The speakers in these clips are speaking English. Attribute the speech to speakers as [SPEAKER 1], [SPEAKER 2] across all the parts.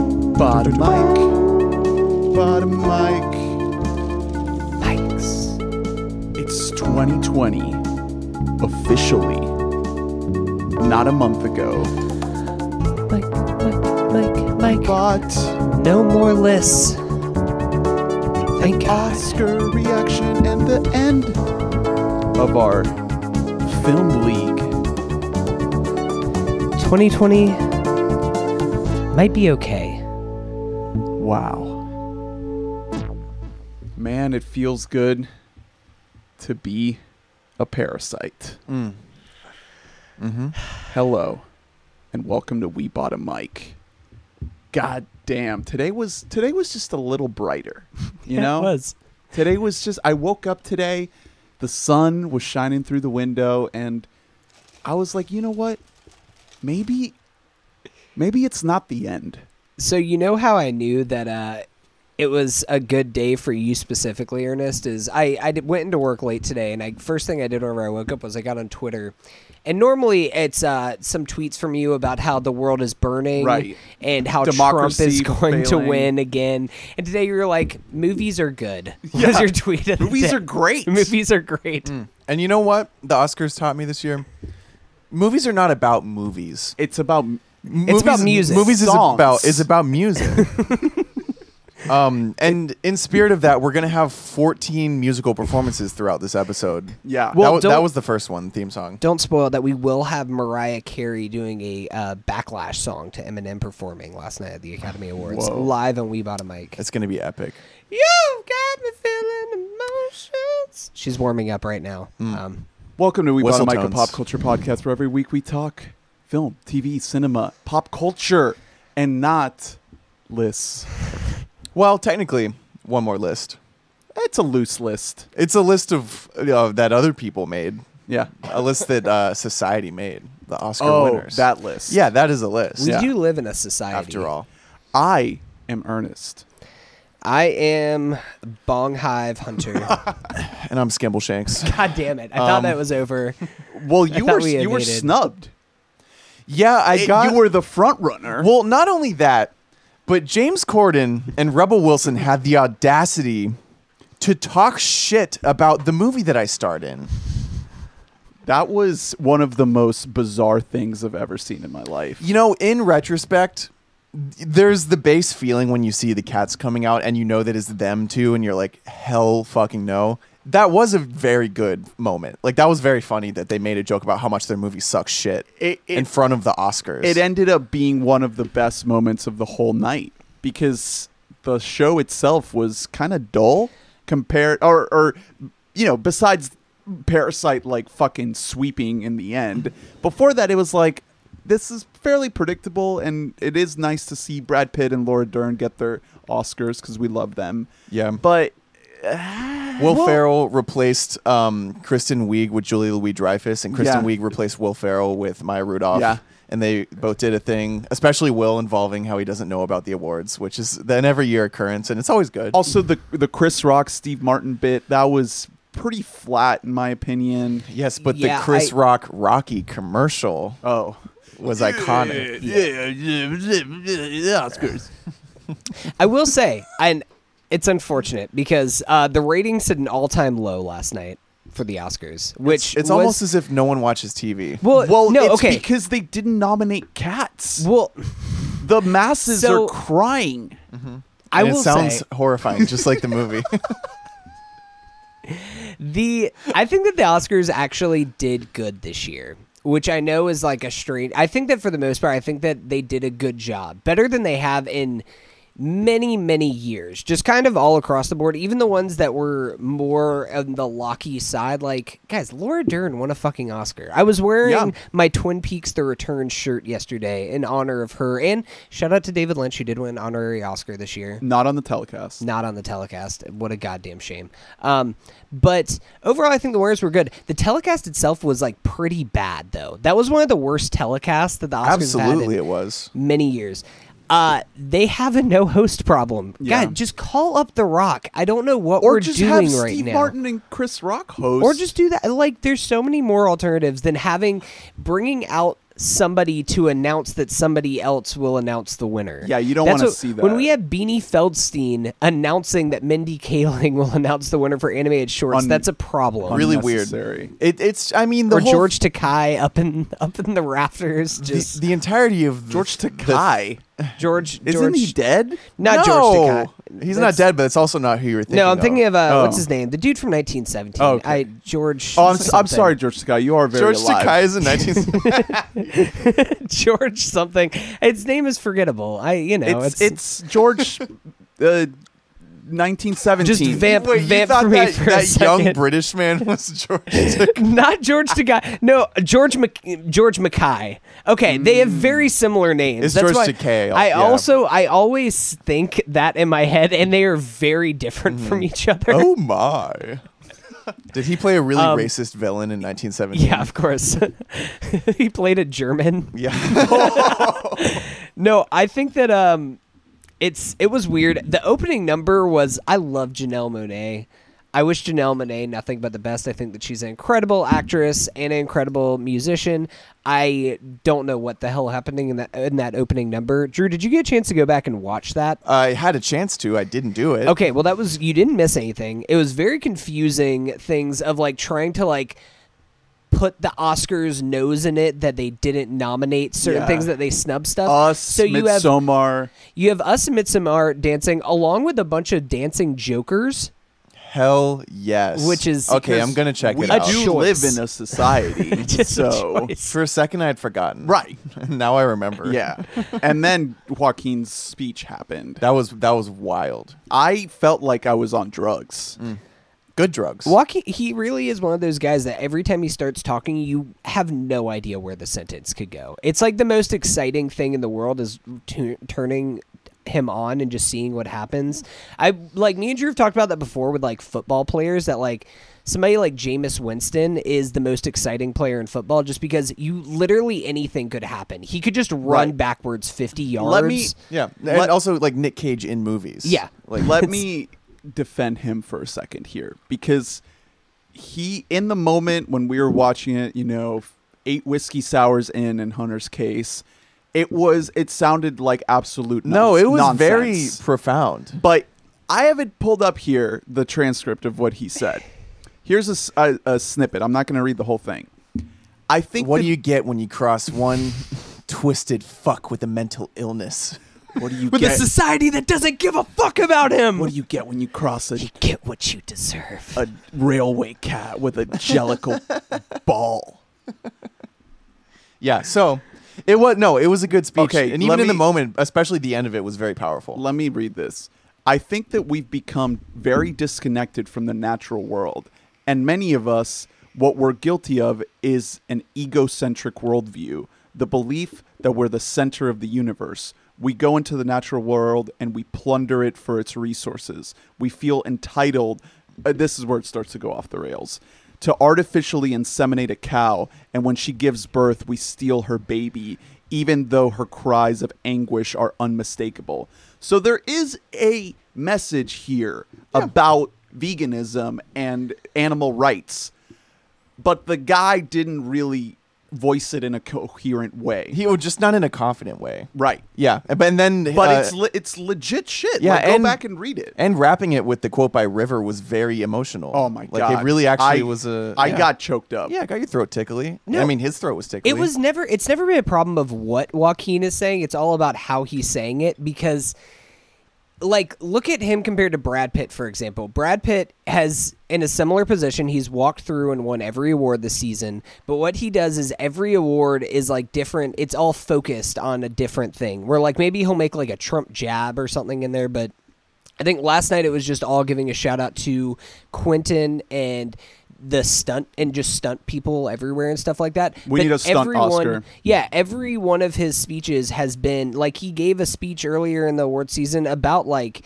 [SPEAKER 1] Bottom mic. Bottom mic. Mics. It's 2020. Officially. Not a month ago.
[SPEAKER 2] Mike, Mike, Mike, Mike.
[SPEAKER 1] But
[SPEAKER 2] No more lists. Thank God.
[SPEAKER 1] Oscar reaction and the end of our film league.
[SPEAKER 2] 2020 might be okay.
[SPEAKER 1] Wow. Man, it feels good to be a parasite.
[SPEAKER 2] Mm.
[SPEAKER 1] Mm-hmm. Hello, and welcome to We Bought a Mic. God damn, today was today was just a little brighter. You know,
[SPEAKER 2] it was.
[SPEAKER 1] today was just. I woke up today, the sun was shining through the window, and I was like, you know what? Maybe, maybe it's not the end.
[SPEAKER 2] So you know how I knew that uh, it was a good day for you specifically, Ernest. Is I I did, went into work late today, and I first thing I did whenever I woke up was I got on Twitter, and normally it's uh, some tweets from you about how the world is burning,
[SPEAKER 1] Right.
[SPEAKER 2] and how
[SPEAKER 1] Democracy
[SPEAKER 2] Trump is going to
[SPEAKER 1] failing.
[SPEAKER 2] win again. And today you were like, "Movies are good." Was
[SPEAKER 1] Yeah.
[SPEAKER 2] your tweet? of the
[SPEAKER 1] Movies
[SPEAKER 2] day.
[SPEAKER 1] are great.
[SPEAKER 2] Movies are great.
[SPEAKER 3] And you know what the Oscars taught me this year? Movies are not about movies.
[SPEAKER 1] It's about
[SPEAKER 3] Movies-
[SPEAKER 2] about music.
[SPEAKER 3] Movies is
[SPEAKER 1] Songs.
[SPEAKER 3] about is about music. um, and in spirit of that, we're gonna have 14 musical performances throughout this episode.
[SPEAKER 1] yeah.
[SPEAKER 2] Well,
[SPEAKER 3] that, was, that
[SPEAKER 2] don't-
[SPEAKER 3] was the first one theme song.
[SPEAKER 2] Don't spoil that we will have Mariah Carey doing a uh, backlash song to Eminem performing last night at the Academy Awards
[SPEAKER 1] Whoa.
[SPEAKER 2] live on We Bought a Mic.
[SPEAKER 3] It's gonna be epic.
[SPEAKER 2] You've got me feeling emotions. She's warming up right now.
[SPEAKER 3] Hmm.
[SPEAKER 2] Um,
[SPEAKER 1] Welcome to We Bought a
[SPEAKER 3] Whistle
[SPEAKER 1] Mic, a
[SPEAKER 3] tones.
[SPEAKER 1] pop culture podcast where every week we talk film, TV, cinema, pop culture, and not lists.
[SPEAKER 3] Well, technically, one more list.
[SPEAKER 1] It's a loose list.
[SPEAKER 3] It's a list of uh, that other people made.
[SPEAKER 1] Yeah.
[SPEAKER 3] A list that uh, society made. The Oscar
[SPEAKER 1] Oh,
[SPEAKER 3] winners.
[SPEAKER 1] that list.
[SPEAKER 3] Yeah, that is a list.
[SPEAKER 2] we
[SPEAKER 1] Yeah.
[SPEAKER 2] do live in a society.
[SPEAKER 3] After all.
[SPEAKER 1] I am Ernest.
[SPEAKER 2] I am Bong Hive Hunter. God
[SPEAKER 3] And I'm Skimble Shanks.
[SPEAKER 2] damn it. I thought
[SPEAKER 3] Um.
[SPEAKER 2] that was over.
[SPEAKER 1] Well, you
[SPEAKER 2] thought
[SPEAKER 1] were
[SPEAKER 2] we
[SPEAKER 1] you were
[SPEAKER 2] evaded.
[SPEAKER 1] snubbed.
[SPEAKER 3] Yeah, I
[SPEAKER 1] It-
[SPEAKER 3] got
[SPEAKER 1] you were the front runner.
[SPEAKER 3] Well, not only that, but James Corden and Rebel Wilson had the audacity to talk shit about the movie that I starred in.
[SPEAKER 1] that was one of the most bizarre things I've ever seen in my life.
[SPEAKER 3] You know, in retrospect, there's the base feeling when you see the cats coming out and you know that it's them too, and you're like, hell fucking no. That was a very good moment. Like that was very funny that they made a joke about how much their movie sucks shit
[SPEAKER 1] It- it-
[SPEAKER 3] in front of the Oscars.
[SPEAKER 1] It ended up being one of the best moments of the whole night because the show itself was kind of dull compared or or you know besides Parasite like fucking sweeping in the end. Before that it was like this is fairly predictable and it is nice to see Brad Pitt and Laura Dern get their Oscars cuz we love them.
[SPEAKER 3] yeah.
[SPEAKER 1] But
[SPEAKER 3] Will
[SPEAKER 1] Well-
[SPEAKER 3] Ferrell replaced um, Kristen Wiig with Julie Louis Dreyfus, and Kristen
[SPEAKER 1] Yeah.
[SPEAKER 3] Wiig replaced Will Ferrell with Maya Rudolph.
[SPEAKER 1] Yeah.
[SPEAKER 3] And they both did a thing, especially Will involving how he doesn't know about the awards, which is an every year occurrence, and it's always good.
[SPEAKER 1] also the the Chris Rock Steve Martin bit that was pretty flat in my opinion.
[SPEAKER 3] yes, but
[SPEAKER 2] Yeah,
[SPEAKER 3] the Chris
[SPEAKER 2] I-
[SPEAKER 3] Rock Rocky commercial
[SPEAKER 1] Oh.
[SPEAKER 3] was iconic.
[SPEAKER 1] Yeah, yeah, yeah, yeah, yeah, Oscars.
[SPEAKER 2] I will say, and it's unfortunate because uh, the ratings hit an all time low last night for the Oscars, which
[SPEAKER 3] It's
[SPEAKER 2] was-
[SPEAKER 3] almost as if no one watches TV.
[SPEAKER 2] Well,
[SPEAKER 1] Well,
[SPEAKER 2] no,
[SPEAKER 1] it's
[SPEAKER 2] okay.
[SPEAKER 1] because they didn't nominate cats.
[SPEAKER 2] well,
[SPEAKER 1] The masses
[SPEAKER 2] So-
[SPEAKER 1] are crying.
[SPEAKER 2] I
[SPEAKER 3] and
[SPEAKER 2] will
[SPEAKER 3] it sounds
[SPEAKER 2] say
[SPEAKER 3] horrifying, just like the movie.
[SPEAKER 2] the I think that the Oscars actually did good this year, which I know is like a strange. I think that for the most part, I think that they did a good job, better than they have in many many years. Just kind of all across the board, even the ones that were more on the locky side. Like guys, Laura Dern won a fucking Oscar. I was wearing
[SPEAKER 1] Yeah.
[SPEAKER 2] my Twin Peaks: The Return shirt yesterday in honor of her, and shout out to David Lynch who did win an honorary Oscar this year
[SPEAKER 1] Not on the telecast.
[SPEAKER 2] not on the telecast. What a goddamn shame. Um, but overall, I think the Warriors were good. The telecast itself was like pretty bad, though. That was one of the worst telecasts that the Oscars
[SPEAKER 3] Absolutely,
[SPEAKER 2] had
[SPEAKER 3] it was.
[SPEAKER 2] in many years. Uh, they have a no host problem.
[SPEAKER 1] Yeah.
[SPEAKER 2] God, just call up The Rock. I don't know what
[SPEAKER 1] Or
[SPEAKER 2] we're
[SPEAKER 1] just
[SPEAKER 2] doing
[SPEAKER 1] have
[SPEAKER 2] right
[SPEAKER 1] Steve
[SPEAKER 2] now.
[SPEAKER 1] Martin and Chris Rock host.
[SPEAKER 2] Or just do that. Like, there's so many more alternatives than having bringing out somebody to announce that somebody else will announce the winner.
[SPEAKER 1] Yeah, you don't
[SPEAKER 2] That's
[SPEAKER 1] wanna
[SPEAKER 2] what-
[SPEAKER 1] see
[SPEAKER 2] When
[SPEAKER 1] that.
[SPEAKER 2] we have Beanie Feldstein announcing that Mindy Kaling will announce the winner for animated shorts,
[SPEAKER 1] Un-
[SPEAKER 2] that's a problem.
[SPEAKER 3] Really weird.
[SPEAKER 1] Unnecessary.
[SPEAKER 3] It, it's. I mean, the
[SPEAKER 2] or
[SPEAKER 3] whole,
[SPEAKER 2] George Takai up in up in the rafters, just
[SPEAKER 3] the, the entirety of the-
[SPEAKER 1] George
[SPEAKER 3] the-
[SPEAKER 1] Takai.
[SPEAKER 2] George.
[SPEAKER 1] Isn't
[SPEAKER 2] George,
[SPEAKER 1] he dead?
[SPEAKER 2] Not George
[SPEAKER 3] No!
[SPEAKER 2] Takai.
[SPEAKER 3] He's
[SPEAKER 2] That's-
[SPEAKER 3] not dead, but it's also not who you were thinking.
[SPEAKER 2] No, I'm thinking of uh, what's
[SPEAKER 1] Oh.
[SPEAKER 2] his name, the dude from 1917.
[SPEAKER 1] Oh, okay.
[SPEAKER 2] I George.
[SPEAKER 1] Oh, I'm, s- I'm
[SPEAKER 2] something.
[SPEAKER 1] sorry, George Takai. You are very
[SPEAKER 3] George
[SPEAKER 1] alive.
[SPEAKER 3] Takai is in 19.
[SPEAKER 2] George something. Its name is forgettable. I you know
[SPEAKER 1] It's,
[SPEAKER 2] it's
[SPEAKER 1] it's George uh, 1917.
[SPEAKER 2] just vamp
[SPEAKER 3] Wait, you
[SPEAKER 2] vamp
[SPEAKER 3] thought
[SPEAKER 2] for me
[SPEAKER 3] that,
[SPEAKER 2] for a
[SPEAKER 3] that
[SPEAKER 2] second.
[SPEAKER 3] young British man was George Takai?
[SPEAKER 2] Not George Takai. No, George Mc- George Mackay. Okay, they have very similar names.
[SPEAKER 3] Mm. It's
[SPEAKER 2] That's why
[SPEAKER 3] George Takei,
[SPEAKER 2] I
[SPEAKER 3] yeah.
[SPEAKER 2] also I always think that in my head, and they are very different from each other.
[SPEAKER 3] Oh my. Did he play a really
[SPEAKER 2] Um,
[SPEAKER 3] racist villain in 1917?
[SPEAKER 2] Yeah, of course. he played a German.
[SPEAKER 3] Yeah.
[SPEAKER 2] No, I think that um, it's it was weird. The opening number was I love Janelle Monet. I wish Janelle Monet nothing but the best. I think that she's an incredible actress and an incredible musician. I don't know what the hell happening in that in that opening number. Drew, did you get a chance to go back and watch that?
[SPEAKER 3] I had a chance to. I didn't do it.
[SPEAKER 2] Okay, well that was you didn't miss anything. It was very confusing things of like trying to like put the Oscars nose in it that they didn't nominate certain
[SPEAKER 1] Yeah.
[SPEAKER 2] things that they snub stuff.
[SPEAKER 1] Us,
[SPEAKER 2] so you have
[SPEAKER 1] Midsommar.
[SPEAKER 2] you have us and Midsommar dancing along with a bunch of dancing jokers.
[SPEAKER 3] Hell yes.
[SPEAKER 2] Which is-
[SPEAKER 3] Okay,
[SPEAKER 2] because
[SPEAKER 3] I'm going to check
[SPEAKER 1] we
[SPEAKER 3] it out.
[SPEAKER 1] do
[SPEAKER 2] choice.
[SPEAKER 1] live in a society.
[SPEAKER 2] Just a
[SPEAKER 1] so,
[SPEAKER 2] choice.
[SPEAKER 3] For a second, I had forgotten.
[SPEAKER 1] right.
[SPEAKER 3] now I remember.
[SPEAKER 1] Yeah. and then Joaquin's speech happened.
[SPEAKER 3] That was that was wild.
[SPEAKER 1] I felt like I was on drugs.
[SPEAKER 3] Mm. Good drugs.
[SPEAKER 2] Joaquin, he really is one of those guys that every time he starts talking, you have no idea where the sentence could go. It's like the most exciting thing in the world is tu- turning him on and just seeing what happens. I like me and Drew have talked about that before with like football players that like somebody like Jameis Winston is the most exciting player in football just because you literally anything could happen. He could just run
[SPEAKER 1] Right.
[SPEAKER 2] backwards 50 yards.
[SPEAKER 1] Let me-
[SPEAKER 3] Yeah. And
[SPEAKER 1] Let-
[SPEAKER 3] also like Nick Cage in movies.
[SPEAKER 2] Yeah.
[SPEAKER 1] Like, let me defend him for a second here because he, in the moment when we were watching it, you know, eight whiskey sours in in Hunter's case, it was it sounded like absolute
[SPEAKER 3] No,
[SPEAKER 1] nons-
[SPEAKER 3] it was
[SPEAKER 1] nonsense.
[SPEAKER 3] very profound.
[SPEAKER 1] But I have it pulled up here, the transcript of what he said. Here's a, s- a- a snippet. I'm not going to read the whole thing. I think.
[SPEAKER 3] What
[SPEAKER 1] that-
[SPEAKER 3] do you get when you cross one twisted fuck with a mental illness?
[SPEAKER 1] What do you
[SPEAKER 2] with
[SPEAKER 1] get?
[SPEAKER 2] a society that doesn't give a fuck about him. Uh,
[SPEAKER 1] what do you get when you cross a,
[SPEAKER 2] you get what you deserve.
[SPEAKER 1] a railway cat with a jellicle ball?
[SPEAKER 3] Yeah. So it was no, it was a good speech.
[SPEAKER 1] Okay,
[SPEAKER 3] and
[SPEAKER 1] let
[SPEAKER 3] even in the
[SPEAKER 1] me-
[SPEAKER 3] moment, especially the end of it was very powerful.
[SPEAKER 1] Let me read this. I think that we've become very disconnected from the natural world, and many of us, what we're guilty of is an egocentric worldview, the belief that we're the center of the universe. We go into the natural world and we plunder it for its resources. We feel entitled. uh, this is where it starts to go off the rails. To artificially inseminate a cow, and when she gives birth, we steal her baby, even though her cries of anguish are unmistakable. So there is a message here about veganism and animal rights, but the guy didn't really voice it in a coherent way.
[SPEAKER 3] He was just not in a confident way.
[SPEAKER 1] right.
[SPEAKER 3] Yeah. But and then
[SPEAKER 1] But
[SPEAKER 3] uh,
[SPEAKER 1] it's le- it's legit shit.
[SPEAKER 3] yeah,
[SPEAKER 1] like, go
[SPEAKER 3] and-
[SPEAKER 1] back and read it.
[SPEAKER 3] and wrapping it with the quote by River was very emotional.
[SPEAKER 1] oh my god.
[SPEAKER 3] Like it really actually
[SPEAKER 1] I-
[SPEAKER 3] was a
[SPEAKER 1] I
[SPEAKER 3] yeah.
[SPEAKER 1] got choked up.
[SPEAKER 3] Yeah, got your throat tickly.
[SPEAKER 2] No.
[SPEAKER 3] I mean his throat was tickly.
[SPEAKER 2] it was never it's never been a problem of what Joaquin is saying. It's all about how he's saying it because like look at him compared to Brad Pitt for example. Brad Pitt has in a similar position, he's walked through and won every award this season, but what he does is every award is like different. It's all focused on a different thing. Where like maybe he'll make like a Trump jab or something in there, but I think last night it was just all giving a shout out to Quentin and the stunt and just stunt people everywhere and stuff like that.
[SPEAKER 1] We
[SPEAKER 2] But
[SPEAKER 1] need a stunt
[SPEAKER 2] everyone-
[SPEAKER 1] Oscar.
[SPEAKER 2] Yeah, every one of his speeches has been like he gave a speech earlier in the award season about like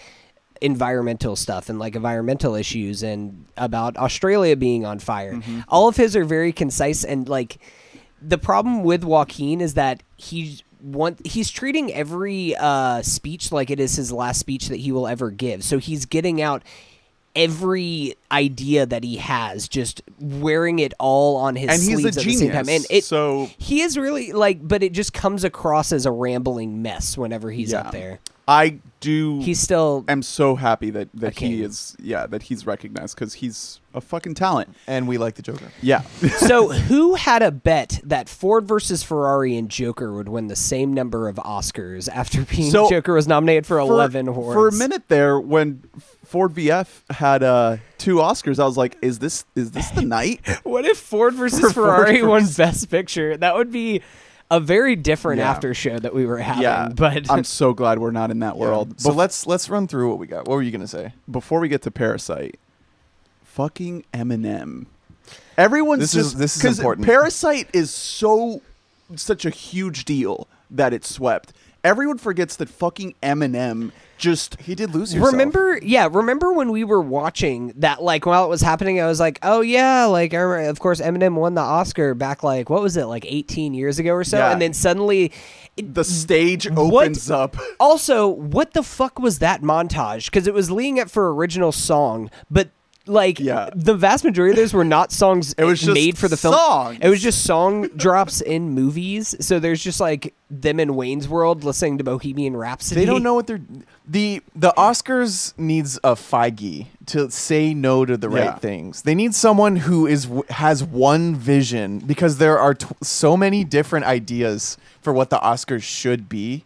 [SPEAKER 2] environmental stuff and like environmental issues and about Australia being on fire.
[SPEAKER 1] Mm-hmm.
[SPEAKER 2] All of his are very concise and like the problem with Joaquin is that he want he's treating every uh, speech like it is his last speech that he will ever give. So he's getting out every idea that he has, just wearing it all on his
[SPEAKER 1] And he's a
[SPEAKER 2] sleeves at the same time. And
[SPEAKER 1] genius,
[SPEAKER 2] it,
[SPEAKER 1] so-
[SPEAKER 2] he is really like, but it just comes across as a rambling mess whenever he's
[SPEAKER 1] Yeah.
[SPEAKER 2] up there.
[SPEAKER 1] I do.
[SPEAKER 2] He's still
[SPEAKER 1] am so happy that that
[SPEAKER 2] king.
[SPEAKER 1] he is. Yeah, that he's recognized because he's a fucking talent.
[SPEAKER 3] and we like the Joker.
[SPEAKER 1] Yeah.
[SPEAKER 2] so who had a bet that Ford versus Ferrari and Joker would win the same number of Oscars after being
[SPEAKER 1] So-
[SPEAKER 2] Joker was nominated for, 11 awards?
[SPEAKER 1] For a minute there, when Ford VF had uh, two Oscars, I was like, "Is this is this the night?"
[SPEAKER 2] What if Ford versus
[SPEAKER 1] For Ford
[SPEAKER 2] Ferrari won Best Picture? That would be a very different
[SPEAKER 1] Yeah.
[SPEAKER 2] after show that we were having.
[SPEAKER 1] yeah,
[SPEAKER 2] But
[SPEAKER 1] I'm so glad we're not in that world.
[SPEAKER 3] So let's let's run through what we got. What were you gonna say?
[SPEAKER 1] before we get to Parasite, fucking Eminem. Everyone's
[SPEAKER 3] This is-
[SPEAKER 1] just
[SPEAKER 3] this is
[SPEAKER 1] 'cause
[SPEAKER 3] important.
[SPEAKER 1] Parasite is so such a huge deal that it swept. Everyone forgets that fucking Eminem just
[SPEAKER 3] He did lose yourself.
[SPEAKER 2] remember, yeah, remember when we were watching that? Like while it was happening, I was like, oh yeah, like I remember, of course Eminem won the Oscar back like what was it like 18 years ago or so,
[SPEAKER 1] Yeah.
[SPEAKER 2] and then suddenly. It,
[SPEAKER 1] the stage opens up.
[SPEAKER 2] also, what the fuck was that montage? Because it was leading up for original song, but like
[SPEAKER 1] Yeah.
[SPEAKER 2] the vast majority of those were not songs it
[SPEAKER 1] was just
[SPEAKER 2] made for the film.
[SPEAKER 1] songs.
[SPEAKER 2] It was just song drops in movies. So there's just like them in Wayne's World listening to Bohemian Rhapsody.
[SPEAKER 3] They don't know what they're the the Oscars needs a Feige to say no to the right
[SPEAKER 1] Yeah.
[SPEAKER 3] things. They need someone who is has one vision because there are t- so many different ideas for what the Oscars should be.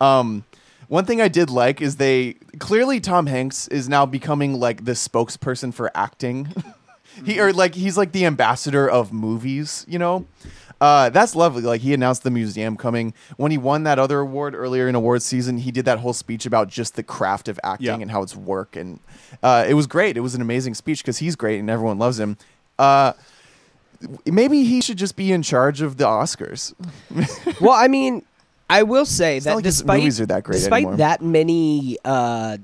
[SPEAKER 3] Um, one thing I did like is they clearly Tom Hanks is now becoming like the spokesperson for acting. he or like he's like the ambassador of movies, you know. Uh, that's lovely. Like he announced the museum coming when he won that other award earlier in awards season. He did that whole speech about just the craft of acting
[SPEAKER 1] Yeah.
[SPEAKER 3] and how it's work, and uh, it was great. It was an amazing speech because he's great and everyone loves him. Uh, maybe he should just be in charge of the Oscars.
[SPEAKER 2] Well, I mean, I will say that
[SPEAKER 3] not like his
[SPEAKER 2] despite
[SPEAKER 3] movies are that great
[SPEAKER 2] despite
[SPEAKER 3] anymore.
[SPEAKER 2] that many uh,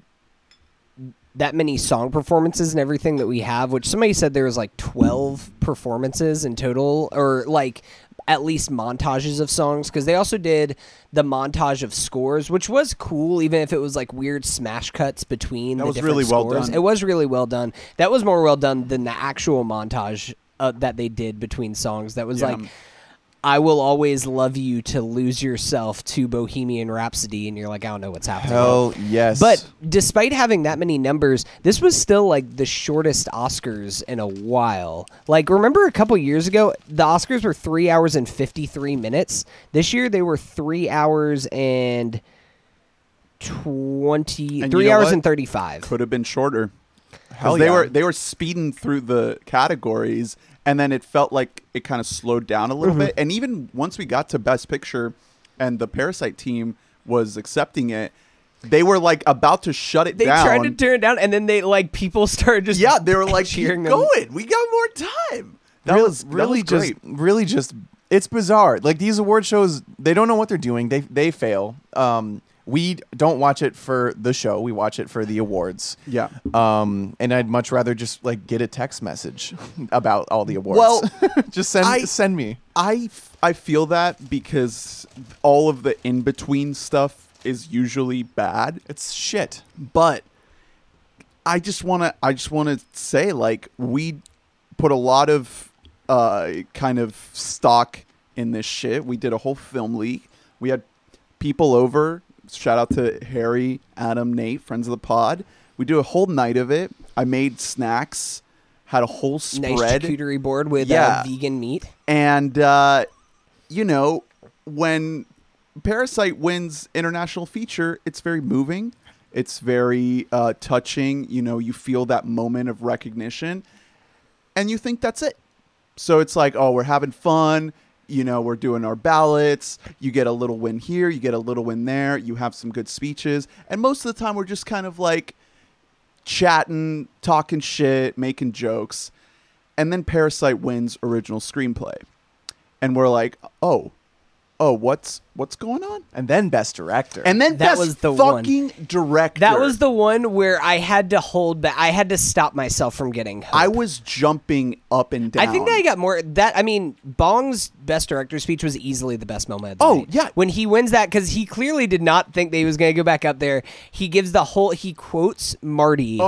[SPEAKER 2] that many song performances and everything that we have, which somebody said there was like twelve performances in total, or like at least montages of songs because they also did the montage of scores which was cool even if it was like weird smash cuts between
[SPEAKER 1] That
[SPEAKER 2] the
[SPEAKER 1] was
[SPEAKER 2] different
[SPEAKER 1] really well
[SPEAKER 2] scores
[SPEAKER 1] done.
[SPEAKER 2] it was really well done that was more well done than the actual montage uh, that they did between songs that was
[SPEAKER 1] Yeah.
[SPEAKER 2] like I will always love you to lose yourself to Bohemian Rhapsody, and you're like, I don't know what's happening.
[SPEAKER 3] Hell yes,
[SPEAKER 2] But despite having that many numbers, this was still like the shortest Oscars in a while. Like, remember a couple years ago, the Oscars were three hours and 53 minutes. This year, they were three hours and 20,
[SPEAKER 1] And
[SPEAKER 2] three
[SPEAKER 1] you know
[SPEAKER 2] hours
[SPEAKER 1] what?
[SPEAKER 2] and 35.
[SPEAKER 1] Could have been shorter. 'Cause
[SPEAKER 3] Hell
[SPEAKER 1] they
[SPEAKER 3] yeah.
[SPEAKER 1] were they were speeding through the categories, and then it felt like it kind of slowed down a little
[SPEAKER 3] Mm-hmm.
[SPEAKER 1] bit. And even once we got to Best Picture, and the Parasite team was accepting it, they were like about to shut it
[SPEAKER 2] they
[SPEAKER 1] down.
[SPEAKER 2] tried to turn it down, and then they like people started just
[SPEAKER 1] yeah, they were like,
[SPEAKER 2] cheering
[SPEAKER 1] "Keep
[SPEAKER 2] them.
[SPEAKER 1] going. We got more time." That
[SPEAKER 3] Real-
[SPEAKER 1] was that
[SPEAKER 3] really
[SPEAKER 1] was
[SPEAKER 3] just
[SPEAKER 1] great.
[SPEAKER 3] really just it's bizarre. Like these award shows, they don't know what they're doing. They they fail. Um, we don't watch it for the show. We watch it for the awards.
[SPEAKER 1] Yeah.
[SPEAKER 3] Um, and I'd much rather just like get a text message about all the awards.
[SPEAKER 1] Well,
[SPEAKER 3] just send
[SPEAKER 1] I-
[SPEAKER 3] send me.
[SPEAKER 1] I f- I feel that because all of the in between stuff is usually bad.
[SPEAKER 3] It's shit.
[SPEAKER 1] but I just want to I just want to say like we put a lot of uh kind of stock in this shit. We did a whole film league. We had people over. Shout out to Harry, Adam, Nate, friends of the pod. We do a whole night of it. I made snacks, had a whole
[SPEAKER 2] nice
[SPEAKER 1] spread
[SPEAKER 2] charcuterie board with uh,
[SPEAKER 1] Yeah.
[SPEAKER 2] vegan meat.
[SPEAKER 1] and uh, you know when parasite wins international feature it's very moving it's very uh, touching you know you feel that moment of recognition and you think that's it so it's like oh we're having fun you know we're doing our ballots you get a little win here you get a little win there you have some good speeches and most of the time we're just kind of like chatting talking shit making jokes and then Parasite wins original screenplay. And we're like, "Oh. Oh, what's what's going on?
[SPEAKER 3] and then best director.
[SPEAKER 1] And then
[SPEAKER 2] That
[SPEAKER 1] best
[SPEAKER 2] was the one.
[SPEAKER 1] fucking director.
[SPEAKER 2] That was the one where I had to hold back. I had to stop myself from getting. Hope.
[SPEAKER 1] I was jumping up and down.
[SPEAKER 2] I think that I got more. That I mean, Bong's best director speech was easily the best moment. Of the
[SPEAKER 1] Oh,
[SPEAKER 2] night.
[SPEAKER 1] yeah.
[SPEAKER 2] when he wins that because he clearly did not think that he was going to go back up there. He gives the whole. He quotes Marty,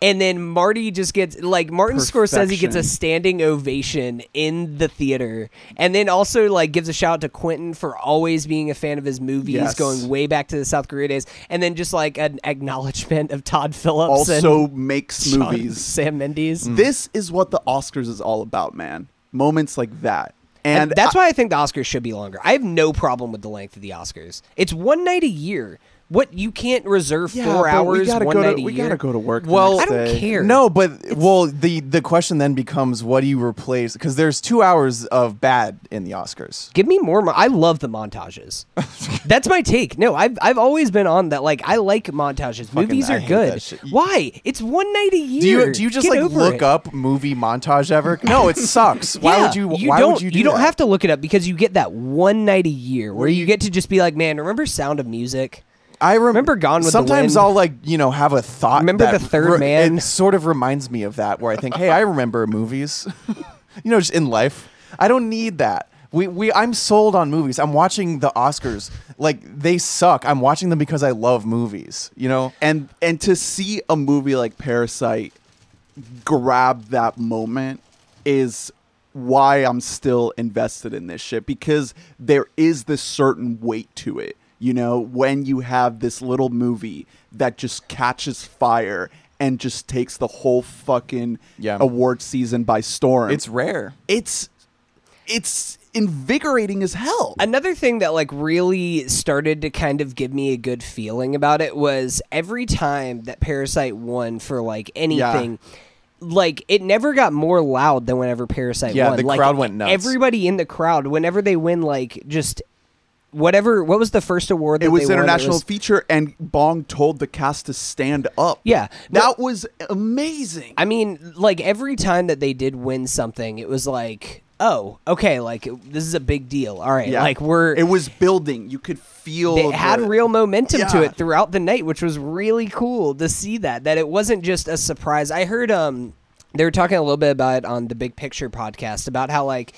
[SPEAKER 2] and then Marty just gets like Martin Scorsese gets a
[SPEAKER 1] Perfection.
[SPEAKER 2] standing ovation in the theater, and then also like gives a shout out to Quentin for always being a fan of his movies,
[SPEAKER 1] Yes.
[SPEAKER 2] going way back to the South Korea days, and then just like an acknowledgement of Todd Phillips and
[SPEAKER 1] also makes
[SPEAKER 2] John-
[SPEAKER 1] movies.
[SPEAKER 2] Sam Mendes.
[SPEAKER 1] This is what the Oscars is all about, man. Moments like that. And,
[SPEAKER 2] that's why I think the Oscars should be longer. I have no problem with the length of the Oscars. It's one night a year. What you can't reserve
[SPEAKER 1] Yeah,
[SPEAKER 2] four
[SPEAKER 1] but we
[SPEAKER 2] hours
[SPEAKER 1] gotta
[SPEAKER 2] one
[SPEAKER 1] go to-
[SPEAKER 2] night a
[SPEAKER 1] we
[SPEAKER 2] year.
[SPEAKER 1] gotta go to work the
[SPEAKER 2] Well, I
[SPEAKER 1] next
[SPEAKER 2] don't
[SPEAKER 1] day.
[SPEAKER 2] care.
[SPEAKER 3] No, but well, the the question then becomes, what do you replace? Because there's two hours of bad in the Oscars.
[SPEAKER 2] give me more. Mo- I love the montages. that's my take. No, I've I've always been on that. Like I like montages. Movies
[SPEAKER 3] I
[SPEAKER 2] are
[SPEAKER 3] hate
[SPEAKER 2] good.
[SPEAKER 3] that shit.
[SPEAKER 2] Why? It's one night a year.
[SPEAKER 3] Do you do you just
[SPEAKER 2] Get
[SPEAKER 3] like
[SPEAKER 2] over
[SPEAKER 3] look
[SPEAKER 2] it.
[SPEAKER 3] up movie montage ever? No, it sucks. Why
[SPEAKER 2] Yeah,
[SPEAKER 3] would you? why
[SPEAKER 2] don't,
[SPEAKER 3] would you? Do
[SPEAKER 2] don't
[SPEAKER 3] that?
[SPEAKER 2] have to look it up because you get that one night a year where you
[SPEAKER 3] you-
[SPEAKER 2] get to just be like, man, remember Sound of Music?
[SPEAKER 3] I rem-
[SPEAKER 2] Remember Gone with the
[SPEAKER 3] Sometimes
[SPEAKER 2] Wind?
[SPEAKER 3] I'll like you know have a thought.
[SPEAKER 2] Remember
[SPEAKER 3] that
[SPEAKER 2] The Third
[SPEAKER 3] re-
[SPEAKER 2] Man?
[SPEAKER 3] It sort of reminds me of that where I think, hey, I remember movies. you know, just in life, I don't need that. We, we I'm sold on movies. I'm watching the Oscars. Like they suck. I'm watching them because I love movies. You know.
[SPEAKER 1] and and to see a movie like Parasite grab that moment is why I'm still invested in this shit because there is this certain weight to it. You know, when you have this little movie that just catches fire and just takes the whole fucking
[SPEAKER 3] Yeah.
[SPEAKER 1] award season by storm.
[SPEAKER 3] It's rare.
[SPEAKER 1] it's it's invigorating as hell.
[SPEAKER 2] Another thing that like really started to kind of give me a good feeling about it was every time that Parasite won for like anything. Like it never got more loud than whenever Parasite
[SPEAKER 3] Yeah,
[SPEAKER 2] won.
[SPEAKER 3] the
[SPEAKER 2] Like,
[SPEAKER 3] crowd went nuts.
[SPEAKER 2] Everybody in the crowd, whenever they win, like just whatever. What was the first award? That
[SPEAKER 1] it was
[SPEAKER 2] they won?
[SPEAKER 1] international
[SPEAKER 2] was-
[SPEAKER 1] feature and Bong told the cast to stand up.
[SPEAKER 2] Yeah.
[SPEAKER 1] That was amazing.
[SPEAKER 2] I mean, like every time that they did win something, it was like, oh, okay, like this is a big deal. All right,
[SPEAKER 1] Yeah.
[SPEAKER 2] like we're
[SPEAKER 1] it was building. You could feel
[SPEAKER 2] it had
[SPEAKER 1] the-
[SPEAKER 2] real momentum to
[SPEAKER 1] Yeah.
[SPEAKER 2] it throughout the night, which was really cool to see that that it wasn't just a surprise. I heard um they were talking a little bit about it on the Big Picture podcast about how like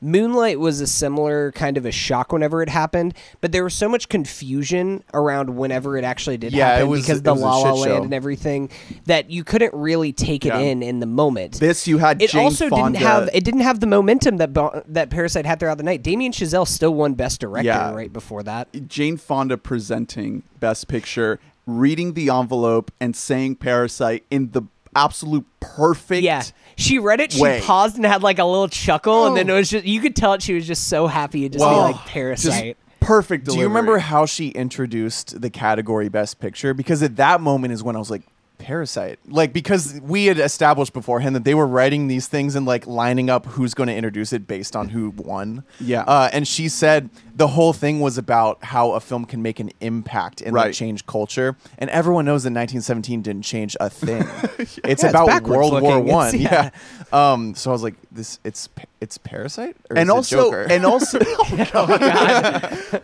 [SPEAKER 2] Moonlight was a similar kind of a shock whenever it happened, but there was so much confusion around whenever it actually did
[SPEAKER 3] Yeah, it
[SPEAKER 2] happen
[SPEAKER 3] was-
[SPEAKER 2] because
[SPEAKER 3] it
[SPEAKER 2] the
[SPEAKER 3] was a
[SPEAKER 2] La La
[SPEAKER 3] shit
[SPEAKER 2] Land
[SPEAKER 3] show.
[SPEAKER 2] and everything that you couldn't really take it
[SPEAKER 1] Yeah.
[SPEAKER 2] in in the moment.
[SPEAKER 1] This you had.
[SPEAKER 2] It
[SPEAKER 1] Jane
[SPEAKER 2] also
[SPEAKER 1] Fonda.
[SPEAKER 2] didn't have it didn't have the momentum that Bo- that Parasite had throughout the night. Damien Chazelle still won Best Director
[SPEAKER 1] Yeah.
[SPEAKER 2] right before that.
[SPEAKER 1] Jane Fonda presenting Best Picture, reading the envelope and saying "Parasite" in the absolute perfect.
[SPEAKER 2] Yeah, she read it. She
[SPEAKER 1] way.
[SPEAKER 2] paused and had like a little chuckle, and then it was just you could tell it, she was just so happy to just
[SPEAKER 3] Well,
[SPEAKER 2] be like Parasite.
[SPEAKER 1] Perfect.
[SPEAKER 3] Do you remember
[SPEAKER 1] delivery.
[SPEAKER 3] how she introduced the category Best Picture? Because at that moment is when I was like, Parasite. Like, because we had established beforehand that they were writing these things and like lining up who's going to introduce it based on who won.
[SPEAKER 1] Yeah.
[SPEAKER 3] Uh, and she said the whole thing was about how a film can make an impact and like,
[SPEAKER 1] Right.
[SPEAKER 3] change culture. And everyone knows that 1917 didn't change a thing. It's
[SPEAKER 2] it's
[SPEAKER 3] about
[SPEAKER 2] backwards
[SPEAKER 3] World War
[SPEAKER 2] looking. It's-
[SPEAKER 3] One. Yeah. Um, so I was like, this, it's, it's Parasite? Or is
[SPEAKER 1] and
[SPEAKER 3] it
[SPEAKER 1] also,
[SPEAKER 3] Joker? oh
[SPEAKER 1] and also, Oh,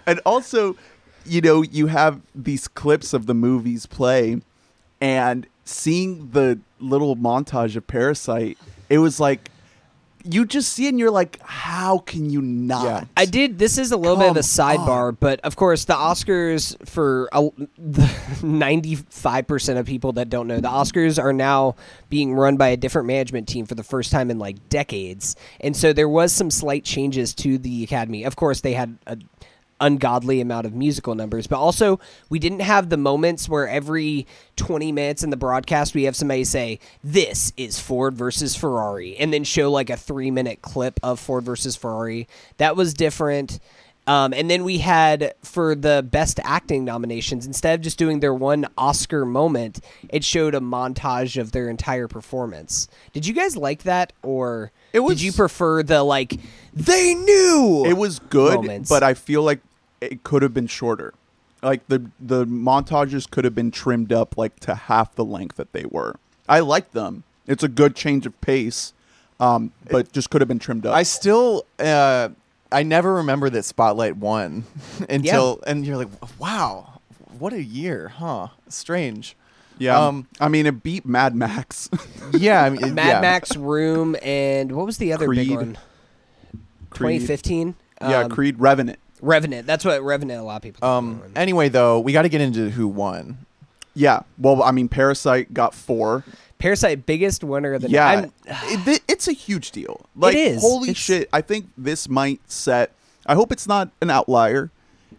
[SPEAKER 1] and also, you know, you have these clips of the movies play, and seeing the little montage of Parasite, it was like you just see it and you're like, how can you not?
[SPEAKER 3] Yeah.
[SPEAKER 2] I did. This is a little bit of a sidebar, but of course, the Oscars for a- the ninety-five percent of people that don't know, the Oscars are now being run by a different management team for the first time in like decades, and so there was some slight changes to the Academy. Of course, they had a ungodly amount of musical numbers but also we didn't have the moments where every 20 minutes in the broadcast we have somebody say this is ford versus ferrari and then show like a three minute clip of ford versus ferrari that was different um, and then we had for the best acting nominations instead of just doing their one oscar moment it showed a montage of their entire performance did you guys like that or
[SPEAKER 1] It was-
[SPEAKER 2] did you prefer the like they knew
[SPEAKER 1] It was good,
[SPEAKER 2] moments.
[SPEAKER 1] but I feel like it could have been shorter. Like the the montages could have been trimmed up like to half the length that they were. I like them. It's a good change of pace, um, but just could have been trimmed up.
[SPEAKER 3] I still uh, I never remember that Spotlight won until and you're like, wow, what a year, huh? Strange.
[SPEAKER 1] Yeah.
[SPEAKER 3] Um,
[SPEAKER 1] I mean, it beat Mad Max.
[SPEAKER 3] Yeah, I mean, it-
[SPEAKER 2] Mad
[SPEAKER 3] yeah.
[SPEAKER 2] Max Room and what was the other big
[SPEAKER 1] Creed.
[SPEAKER 2] one?
[SPEAKER 1] Creed.
[SPEAKER 2] 2015.
[SPEAKER 1] yeah,
[SPEAKER 2] Um,
[SPEAKER 1] Creed Revenant.
[SPEAKER 2] Revenant. That's what Revenant. A lot of people. call
[SPEAKER 3] Um.
[SPEAKER 2] that one.
[SPEAKER 3] Anyway, though, we got to get into who won.
[SPEAKER 1] Yeah. Well, I mean, Parasite got four.
[SPEAKER 2] Parasite biggest winner of the
[SPEAKER 1] yeah.
[SPEAKER 2] I'm-
[SPEAKER 1] it, thi- it's a huge deal. Like,
[SPEAKER 2] is.
[SPEAKER 1] holy
[SPEAKER 2] It's-
[SPEAKER 1] shit. I think this might set. I hope it's not an outlier.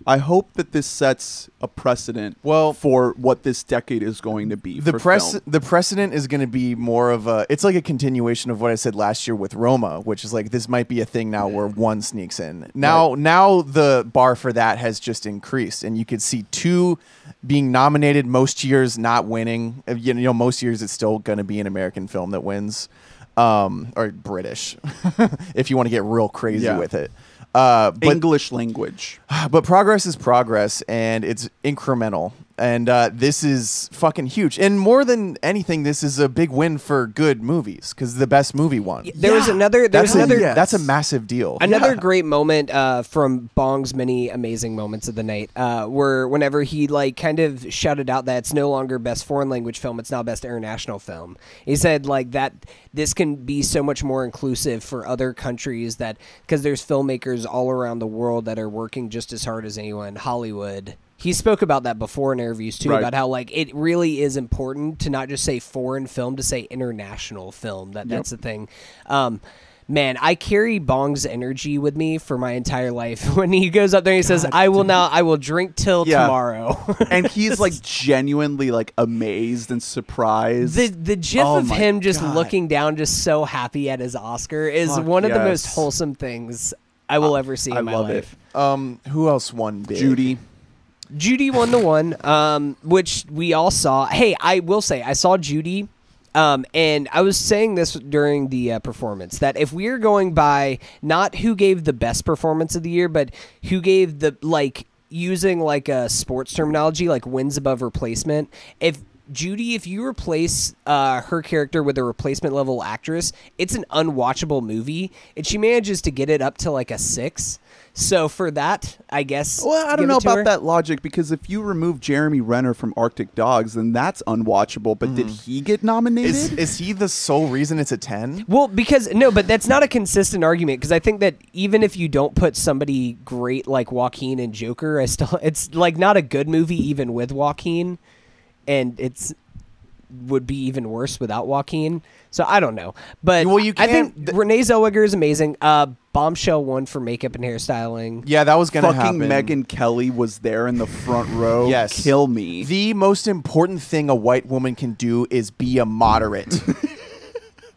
[SPEAKER 1] I hope that this sets a precedent
[SPEAKER 3] Well-
[SPEAKER 1] for what this decade is going to be.
[SPEAKER 3] The
[SPEAKER 1] for
[SPEAKER 3] press,
[SPEAKER 1] film.
[SPEAKER 3] the precedent is going to be more of a. It's like a continuation of what I said last year with Roma, which is like this might be a thing now where one sneaks in. Now, now the bar for that has just increased, and you could see two being nominated most years, not winning. Uh, You know, most years it's still going to be an American film that wins, um, or British, if you want to get real crazy
[SPEAKER 1] Yeah.
[SPEAKER 3] with it. Uh, but
[SPEAKER 1] English language.
[SPEAKER 3] but progress is progress and it's incremental and uh, this is fucking huge and more than anything this is a big win for good movies because the best movie won
[SPEAKER 2] there was
[SPEAKER 1] Yeah.
[SPEAKER 2] another. There
[SPEAKER 3] that's,
[SPEAKER 2] was another.
[SPEAKER 3] a, that's a massive deal
[SPEAKER 2] Another great moment uh, from Bong's many amazing moments of the night uh, were whenever he like kind of shouted out that it's no longer best foreign language film, it's now best international film. He said like that this can be so much more inclusive for other countries that because there's filmmakers all around the world that are working just as hard as anyone in Hollywood. He spoke about that before in interviews too
[SPEAKER 1] Right.
[SPEAKER 2] about how like it really is important to not just say foreign film to say international film that that's the thing. Um, Man, I carry Bong's energy with me for my entire life. When he goes up there, he says, "I will now. I will drink till
[SPEAKER 1] Yeah.
[SPEAKER 2] tomorrow."
[SPEAKER 1] and he's like genuinely like amazed and surprised.
[SPEAKER 2] the the gif
[SPEAKER 1] Oh
[SPEAKER 2] of
[SPEAKER 1] my
[SPEAKER 2] him just
[SPEAKER 1] God.
[SPEAKER 2] looking down, just so happy at his Oscar, is
[SPEAKER 1] Fuck
[SPEAKER 2] one of the most
[SPEAKER 1] yes.
[SPEAKER 2] wholesome things I will ever see in
[SPEAKER 1] I
[SPEAKER 2] my
[SPEAKER 1] love
[SPEAKER 2] life.
[SPEAKER 3] um who else won big?
[SPEAKER 1] it. Judy.
[SPEAKER 2] Judy won the one, um, which we all saw. Hey, I will say I saw Judy, um, and I was saying this during the uh, performance that if we are going by not who gave the best performance of the year, but who gave the like using like a sports terminology like wins above replacement, if Judy, if you replace uh, her character with a replacement level actress, it's an unwatchable movie, and she manages to get it up to like a six. So for that, I guess.
[SPEAKER 1] Well, I
[SPEAKER 2] give
[SPEAKER 1] don't know
[SPEAKER 2] it to
[SPEAKER 1] about
[SPEAKER 2] her.
[SPEAKER 1] that logic because if you remove Jeremy Renner from Arctic Dogs, then that's unwatchable. But did
[SPEAKER 2] Mm.
[SPEAKER 1] he get nominated?
[SPEAKER 3] is, is he the sole reason it's a 10
[SPEAKER 2] Well, because no, but that's not a consistent argument because I think that even if you don't put somebody great like Joaquin and Joker, I still it's like not a good movie even with Joaquin, and it's would be even worse without Joaquin. So I don't know, but
[SPEAKER 3] Well, you
[SPEAKER 2] I think
[SPEAKER 3] can't- th-
[SPEAKER 2] Renee Zellweger is amazing. Uh, Bombshell won for makeup and hairstyling.
[SPEAKER 3] yeah that was gonna
[SPEAKER 1] Fucking
[SPEAKER 3] happen
[SPEAKER 1] Megan Kelly was there in the front row.
[SPEAKER 3] Yes.
[SPEAKER 1] Kill me.
[SPEAKER 3] the most important thing a white woman can do is be a moderate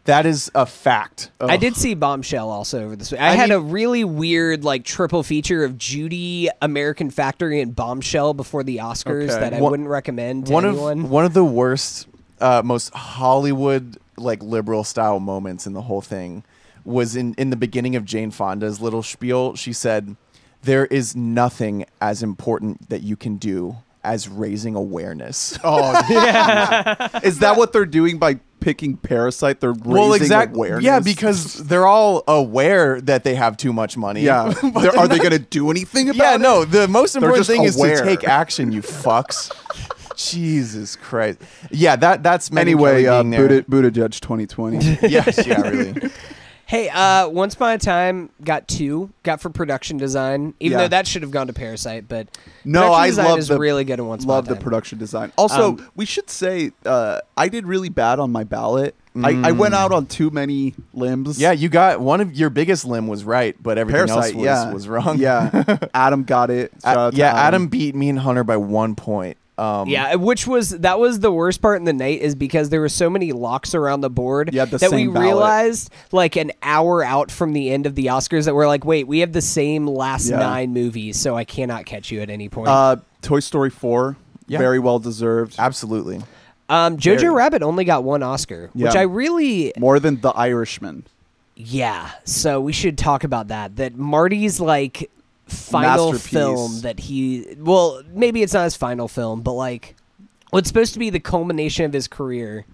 [SPEAKER 3] that is a fact
[SPEAKER 2] I did see Bombshell also over this week. I,
[SPEAKER 3] I
[SPEAKER 2] had
[SPEAKER 3] mean-
[SPEAKER 2] a really weird like triple feature of Judy, American Factory, and Bombshell before the Oscars
[SPEAKER 1] Okay.
[SPEAKER 2] that I
[SPEAKER 3] One-
[SPEAKER 2] wouldn't recommend to
[SPEAKER 3] one
[SPEAKER 2] anyone.
[SPEAKER 3] of one of the worst, uh, most Hollywood like liberal style moments in the whole thing was in in the beginning of Jane Fonda's little spiel. She said, "There is nothing as important that you can do as raising awareness."
[SPEAKER 1] Oh, yeah. is that what they're doing by picking Parasite? They're raising
[SPEAKER 3] exact-
[SPEAKER 1] awareness.
[SPEAKER 3] Yeah, because they're all aware that they have too much money.
[SPEAKER 1] yeah,
[SPEAKER 3] But
[SPEAKER 1] They're- are
[SPEAKER 3] they're
[SPEAKER 1] they going to do anything about
[SPEAKER 3] yeah,
[SPEAKER 1] it?
[SPEAKER 3] no. The most important
[SPEAKER 1] just
[SPEAKER 3] thing is
[SPEAKER 1] aware.
[SPEAKER 3] to take action, you fucks. Jesus Christ. Yeah, that that's Megyn
[SPEAKER 1] Anyway,
[SPEAKER 3] Kelly
[SPEAKER 1] uh,
[SPEAKER 3] being there.
[SPEAKER 1] Buddha, Buddha Judge 2020.
[SPEAKER 3] Yes, yeah, really.
[SPEAKER 2] Hey, uh, Once Upon a Time got two, got for production design, even
[SPEAKER 1] Yeah.
[SPEAKER 2] though that should have gone to Parasite, but
[SPEAKER 1] No,
[SPEAKER 2] production
[SPEAKER 1] I
[SPEAKER 2] design
[SPEAKER 1] love
[SPEAKER 2] is
[SPEAKER 1] the
[SPEAKER 2] really good in Once
[SPEAKER 1] love
[SPEAKER 2] Upon
[SPEAKER 1] the
[SPEAKER 2] a Time.
[SPEAKER 1] production design. Also,
[SPEAKER 3] Um,
[SPEAKER 1] we should say uh, I did really bad on my ballot. I, I went out on too many limbs.
[SPEAKER 3] Mm. Yeah, you got one of your biggest limb was right, but everything else
[SPEAKER 1] Parasite.
[SPEAKER 3] was,
[SPEAKER 1] yeah,
[SPEAKER 3] was wrong.
[SPEAKER 1] Yeah, Adam got it.
[SPEAKER 3] A-
[SPEAKER 1] Shout out to
[SPEAKER 3] yeah. Adam beat me and Hunter by one point. Um,
[SPEAKER 2] yeah, which was that was the worst part in the night is because there were so many locks around the board
[SPEAKER 1] You had the
[SPEAKER 2] that we
[SPEAKER 1] same ballot.
[SPEAKER 2] realized like an hour out from the end of the Oscars that we're like, wait, we have the same last
[SPEAKER 1] Yeah.
[SPEAKER 2] nine movies, so I cannot catch you at any point.
[SPEAKER 1] Uh, Toy Story 4,
[SPEAKER 3] Yeah.
[SPEAKER 1] very well deserved.
[SPEAKER 3] absolutely.
[SPEAKER 2] um, Jojo
[SPEAKER 1] very-
[SPEAKER 2] Rabbit only got one Oscar, which
[SPEAKER 1] Yeah.
[SPEAKER 2] I really
[SPEAKER 1] More than The Irishman.
[SPEAKER 2] Yeah, so we should talk about that. That Marty's like final
[SPEAKER 1] Masterpiece.
[SPEAKER 2] film that he well, maybe it's not his final film, but like what's supposed to be the culmination of his career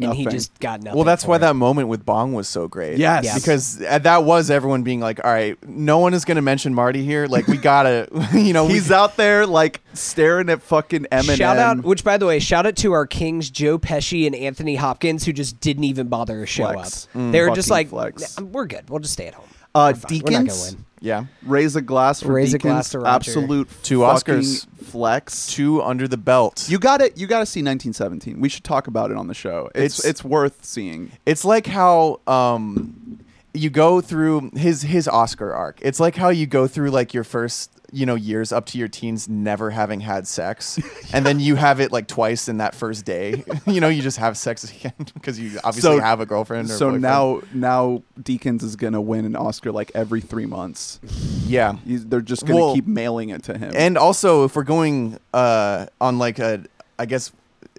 [SPEAKER 2] and he
[SPEAKER 1] nothing.
[SPEAKER 2] just got nothing.
[SPEAKER 3] Well, that's
[SPEAKER 2] for
[SPEAKER 3] why
[SPEAKER 2] it.
[SPEAKER 3] that moment with Bong was so great.
[SPEAKER 1] Yes.
[SPEAKER 2] Yeah.
[SPEAKER 3] because uh, that was everyone being like, "All right, no one is going to mention Marty here. Like, we gotta, you know, Oh, we-
[SPEAKER 1] He's out there like staring at fucking Eminem. Uh,
[SPEAKER 2] Shout out, which by the way, shout out to our kings Joe Pesci and Anthony Hopkins, who just didn't even bother to show
[SPEAKER 1] Flex.
[SPEAKER 2] up. they were
[SPEAKER 1] Mm,
[SPEAKER 2] just
[SPEAKER 1] fucking
[SPEAKER 2] like,
[SPEAKER 1] flex.
[SPEAKER 2] "Nah, we're good. We'll just stay at home.
[SPEAKER 1] Uh,
[SPEAKER 2] We're fine. We're not gonna
[SPEAKER 1] Deacons?
[SPEAKER 2] win."
[SPEAKER 3] yeah,
[SPEAKER 1] Raise a glass for
[SPEAKER 2] Raise a
[SPEAKER 1] Deacons.
[SPEAKER 2] glass to Roger.
[SPEAKER 1] Absolute
[SPEAKER 3] Two
[SPEAKER 1] fucking
[SPEAKER 3] Oscars.
[SPEAKER 1] flex.
[SPEAKER 3] two under the belt.
[SPEAKER 1] You got it. You got to see 1917. We should talk about it on the show. It's it's,
[SPEAKER 3] It's-
[SPEAKER 1] worth seeing.
[SPEAKER 3] it's like how um you go through his his Oscar arc. It's like how you go through like your first you know years up to your teens never having had sex and then you have it like twice in that first day you know you just have sex again because you obviously
[SPEAKER 1] So-
[SPEAKER 3] have a girlfriend or
[SPEAKER 1] So
[SPEAKER 3] boyfriend.
[SPEAKER 1] now now Deacons is gonna win an Oscar like every three months.
[SPEAKER 3] yeah
[SPEAKER 1] He's- They're just gonna
[SPEAKER 3] Well,
[SPEAKER 1] keep mailing it to him.
[SPEAKER 3] and also if we're going uh on like a i guess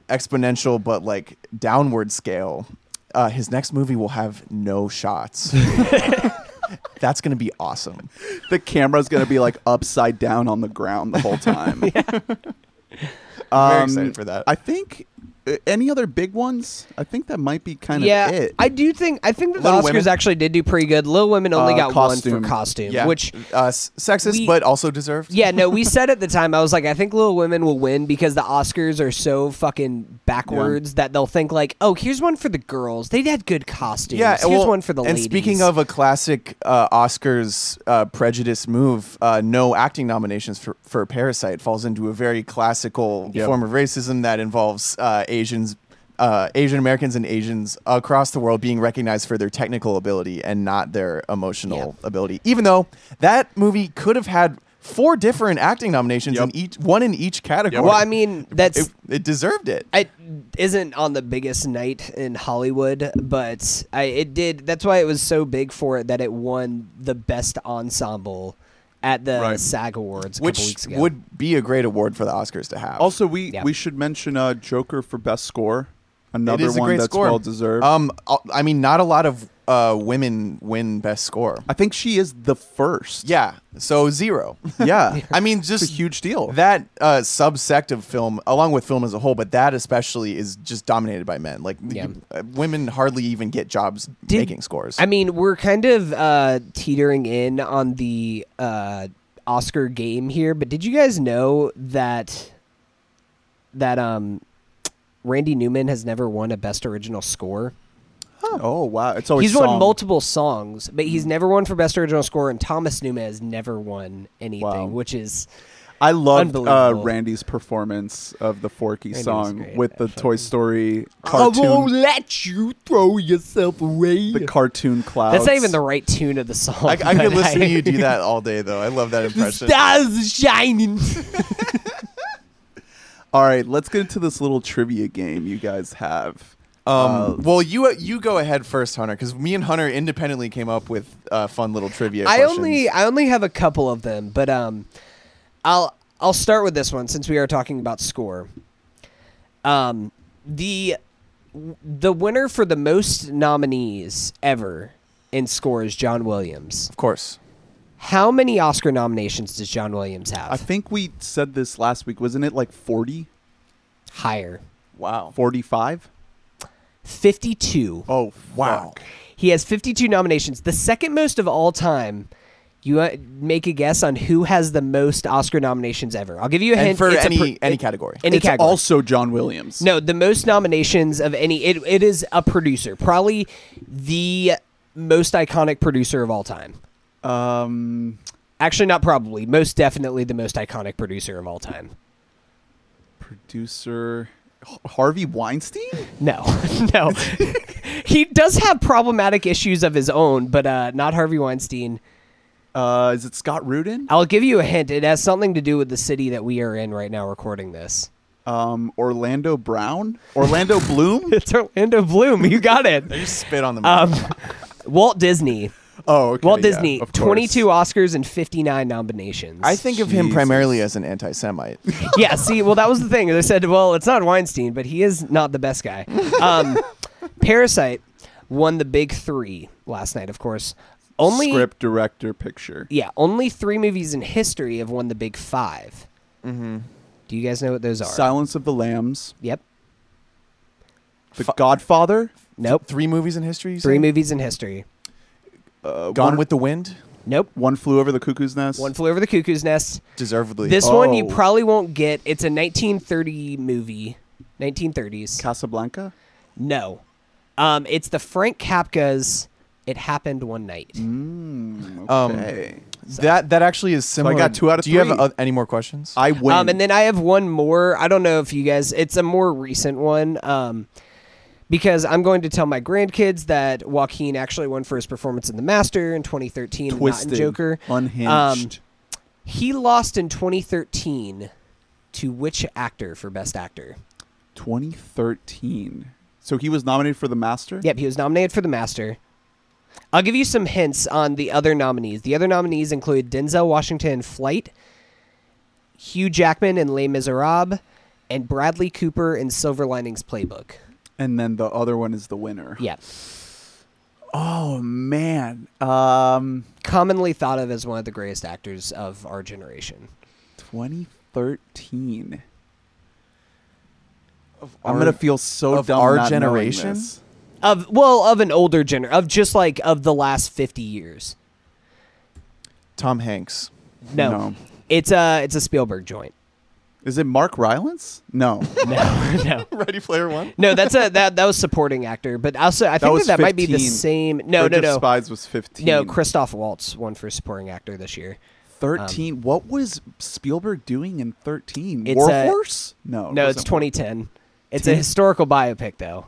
[SPEAKER 3] exponential but like downward scale uh his next movie will have no shots that's gonna be awesome
[SPEAKER 1] the camera's gonna be like upside down on the ground the whole time. Um,
[SPEAKER 3] Very excited for that.
[SPEAKER 1] I think uh, any other big ones. I think that might be kind
[SPEAKER 2] yeah,
[SPEAKER 1] of it.
[SPEAKER 2] I do think I think that the
[SPEAKER 3] Little
[SPEAKER 2] Oscars
[SPEAKER 3] Women?
[SPEAKER 2] actually did do pretty good. Little Women only
[SPEAKER 1] Uh,
[SPEAKER 2] got one
[SPEAKER 1] costume.
[SPEAKER 2] for costume,
[SPEAKER 3] yeah,
[SPEAKER 2] which
[SPEAKER 3] uh, s- sexist,
[SPEAKER 2] we-
[SPEAKER 3] but also deserved.
[SPEAKER 2] yeah, no, we said at the time I was like, I think Little Women will win because the Oscars are so fucking backwards that they'll think like, oh, here's one for the girls. They had good costumes.
[SPEAKER 3] yeah.
[SPEAKER 2] here's
[SPEAKER 3] well,
[SPEAKER 2] one for the
[SPEAKER 3] and
[SPEAKER 2] ladies.
[SPEAKER 3] speaking of a classic uh, Oscars uh, prejudice move, uh, no acting nominations for, for Parasite falls into a very classical
[SPEAKER 1] Yep.
[SPEAKER 3] form of racism that involves uh, Asians. Uh, Asian Americans and Asians across the world being recognized for their technical ability and not their emotional ability. Even though that movie could have had four different acting nominations
[SPEAKER 1] Yep.
[SPEAKER 3] in each one in each category.
[SPEAKER 2] well, I mean, that's
[SPEAKER 3] it, it deserved it.
[SPEAKER 2] it isn't on the biggest night in Hollywood, but I it did. That's why it was so big for it that it won the best ensemble at the
[SPEAKER 1] Right.
[SPEAKER 2] SAG Awards a
[SPEAKER 3] which
[SPEAKER 2] couple weeks ago.
[SPEAKER 3] would be a great award for the Oscars to have.
[SPEAKER 1] also, we
[SPEAKER 2] Yeah.
[SPEAKER 1] we should mention uh, Joker for best score. Another
[SPEAKER 3] it is a
[SPEAKER 1] one
[SPEAKER 3] great
[SPEAKER 1] that's
[SPEAKER 3] score.
[SPEAKER 1] well deserved.
[SPEAKER 3] Um, I'll- I mean, not a lot of uh, women win best score.
[SPEAKER 1] I think she is the first.
[SPEAKER 3] Yeah, so zero.
[SPEAKER 1] yeah.
[SPEAKER 3] I mean,
[SPEAKER 1] It's a
[SPEAKER 3] just
[SPEAKER 1] huge deal.
[SPEAKER 3] that uh, subsect of film, along with film as a whole, but that especially is just dominated by men. Like,
[SPEAKER 2] Yeah.
[SPEAKER 3] you- uh, women hardly even get jobs
[SPEAKER 2] Did-
[SPEAKER 3] making scores.
[SPEAKER 2] I mean, we're kind of uh, teetering in on the uh, Oscar game here, but did you guys know that that um Randy Newman has never won a Best Original Score?
[SPEAKER 1] Oh wow! It's always
[SPEAKER 2] he's won
[SPEAKER 1] song.
[SPEAKER 2] multiple songs, but
[SPEAKER 3] Mm.
[SPEAKER 2] he's never won for best original score, and Thomas Newman has never won anything,
[SPEAKER 1] Wow.
[SPEAKER 2] which is
[SPEAKER 1] I loved uh,
[SPEAKER 2] Unbelievable.
[SPEAKER 1] Randy's performance of the Forky
[SPEAKER 2] was
[SPEAKER 1] song
[SPEAKER 2] great,
[SPEAKER 1] with the
[SPEAKER 2] actually.
[SPEAKER 1] Toy Story cartoon.
[SPEAKER 2] let you throw yourself away.
[SPEAKER 1] the cartoon clouds.
[SPEAKER 2] That's not even the right tune of the song.
[SPEAKER 3] I, I
[SPEAKER 2] but
[SPEAKER 3] could listen to you do that all day, though. I love that
[SPEAKER 2] The
[SPEAKER 3] impression.
[SPEAKER 2] stars are shining.
[SPEAKER 1] All right, let's get into this little trivia game you guys have.
[SPEAKER 3] Um, well, you you go ahead first, Hunter, because me and Hunter independently came up with uh, fun little trivia.
[SPEAKER 2] I
[SPEAKER 3] questions.
[SPEAKER 2] only I only have a couple of them, but um, I'll I'll start with this one since we are talking about score. Um, the the winner for the most nominees ever in score is John Williams.
[SPEAKER 3] of course.
[SPEAKER 2] How many Oscar nominations does John Williams have?
[SPEAKER 1] I think we said this last week, wasn't it? Like 40,
[SPEAKER 2] Higher.
[SPEAKER 3] Wow.
[SPEAKER 1] 45?
[SPEAKER 2] 52.
[SPEAKER 1] Oh
[SPEAKER 3] Wow.
[SPEAKER 1] fuck.
[SPEAKER 2] He has 52 nominations, the second most of all time. You uh, make a guess on who has the most Oscar nominations ever. I'll give you a
[SPEAKER 3] And
[SPEAKER 2] hint.
[SPEAKER 3] for
[SPEAKER 2] It's a
[SPEAKER 3] any
[SPEAKER 2] per-
[SPEAKER 3] any
[SPEAKER 2] it-
[SPEAKER 3] category.
[SPEAKER 2] any
[SPEAKER 1] it's
[SPEAKER 2] category.
[SPEAKER 1] also John Williams.
[SPEAKER 2] No, the most nominations of any. It, it is a producer, probably the most iconic producer of all time.
[SPEAKER 1] Um,
[SPEAKER 2] Actually, not probably. Most definitely the most iconic producer of all time.
[SPEAKER 1] producer H- Harvey Weinstein.
[SPEAKER 2] No, no. he does have problematic issues of his own, but uh, not Harvey Weinstein.
[SPEAKER 1] Uh, is it Scott Rudin?
[SPEAKER 2] I'll give you a hint. It has something to do with the city that we are in right now recording this.
[SPEAKER 1] Um, Orlando Brown? Orlando Bloom?
[SPEAKER 2] It's Orlando Bloom. You got it.
[SPEAKER 3] I just spit on the
[SPEAKER 2] Um, Walt Disney.
[SPEAKER 1] Oh, okay,
[SPEAKER 2] Walt
[SPEAKER 1] yeah,
[SPEAKER 2] Disney,
[SPEAKER 1] of course.
[SPEAKER 2] 22 Oscars and 59 nominations.
[SPEAKER 3] I think of him
[SPEAKER 1] Jesus.
[SPEAKER 3] primarily as an anti-Semite.
[SPEAKER 2] yeah, see, well, that was the thing. They said, well, it's not Weinstein, but he is not the best guy. Um, Parasite won the big three last night, of course. Only E
[SPEAKER 1] script director picture.
[SPEAKER 2] Yeah, only three movies in history have won the big 5 Mm-hmm. Do you guys know what those are?
[SPEAKER 1] Silence of the Lambs.
[SPEAKER 2] yep.
[SPEAKER 1] The Godfather,
[SPEAKER 2] Nope.
[SPEAKER 3] Three movies in history. you
[SPEAKER 2] Three
[SPEAKER 3] said?
[SPEAKER 2] movies in history.
[SPEAKER 1] uh,
[SPEAKER 3] Gone
[SPEAKER 1] one,
[SPEAKER 3] with the Wind.
[SPEAKER 2] Nope.
[SPEAKER 1] One Flew Over the Cuckoo's Nest.
[SPEAKER 2] One flew over the cuckoo's nest.
[SPEAKER 3] Deservedly.
[SPEAKER 2] This one you
[SPEAKER 1] Oh.
[SPEAKER 2] probably won't get. It's a 1930 movie. 1930s.
[SPEAKER 1] Casablanca.
[SPEAKER 2] No. Um, it's the Frank Kapka's It Happened One Night.
[SPEAKER 1] Mm,
[SPEAKER 3] Um,
[SPEAKER 1] okay.
[SPEAKER 3] that that actually is similar.
[SPEAKER 1] got two out of
[SPEAKER 3] Do you have
[SPEAKER 1] three.
[SPEAKER 3] uh, any more questions?
[SPEAKER 1] I win.
[SPEAKER 2] Um, and then I have one more. I don't know if you guys. It's a more recent one. Um, because I'm going to tell my grandkids that Joaquin actually won for his performance in The Master in 2013,
[SPEAKER 1] Twisted,
[SPEAKER 2] not in Joker. Um,
[SPEAKER 1] unhinged.
[SPEAKER 2] He lost in 2013 to which actor for Best Actor?
[SPEAKER 1] 2013. So he was nominated for The Master.
[SPEAKER 2] Yep, he was nominated for The Master. I'll give you some hints on the other nominees. The other nominees include Denzel Washington in Flight, Hugh Jackman in Les Miserables, and Bradley Cooper in Silver Linings Playbook.
[SPEAKER 1] And then the other one is the winner.
[SPEAKER 2] Yeah.
[SPEAKER 1] Oh man. Um,
[SPEAKER 2] Commonly thought of as one of the greatest actors of our generation.
[SPEAKER 1] 2013.
[SPEAKER 3] Of
[SPEAKER 1] I'm
[SPEAKER 3] our-
[SPEAKER 1] gonna feel so
[SPEAKER 3] of
[SPEAKER 1] dumb.
[SPEAKER 3] our
[SPEAKER 1] not knowing
[SPEAKER 3] generation?
[SPEAKER 1] this.
[SPEAKER 2] Of well, of an older gener of just like of the last fifty years.
[SPEAKER 3] Tom Hanks.
[SPEAKER 2] No.
[SPEAKER 1] No.
[SPEAKER 2] It's a it's a Spielberg joint.
[SPEAKER 1] Is it Mark Rylance? No.
[SPEAKER 2] No, no.
[SPEAKER 3] Ready Player One.
[SPEAKER 2] No, that's a that that was supporting actor, but also I think
[SPEAKER 1] was
[SPEAKER 2] that, that might be the
[SPEAKER 1] 15.
[SPEAKER 2] same. No,
[SPEAKER 1] Bridge
[SPEAKER 2] no,
[SPEAKER 1] of
[SPEAKER 2] no.
[SPEAKER 1] Spies was 15.
[SPEAKER 2] No, Christoph Waltz won for supporting actor this year.
[SPEAKER 1] 13. what was Spielberg doing in 13?
[SPEAKER 2] um, It's
[SPEAKER 1] War
[SPEAKER 2] a-
[SPEAKER 1] Horse? No.
[SPEAKER 3] Oh,
[SPEAKER 1] it
[SPEAKER 2] No, it's
[SPEAKER 1] wasn't
[SPEAKER 2] 2010. It's a
[SPEAKER 1] Ten-
[SPEAKER 2] historical biopic, though.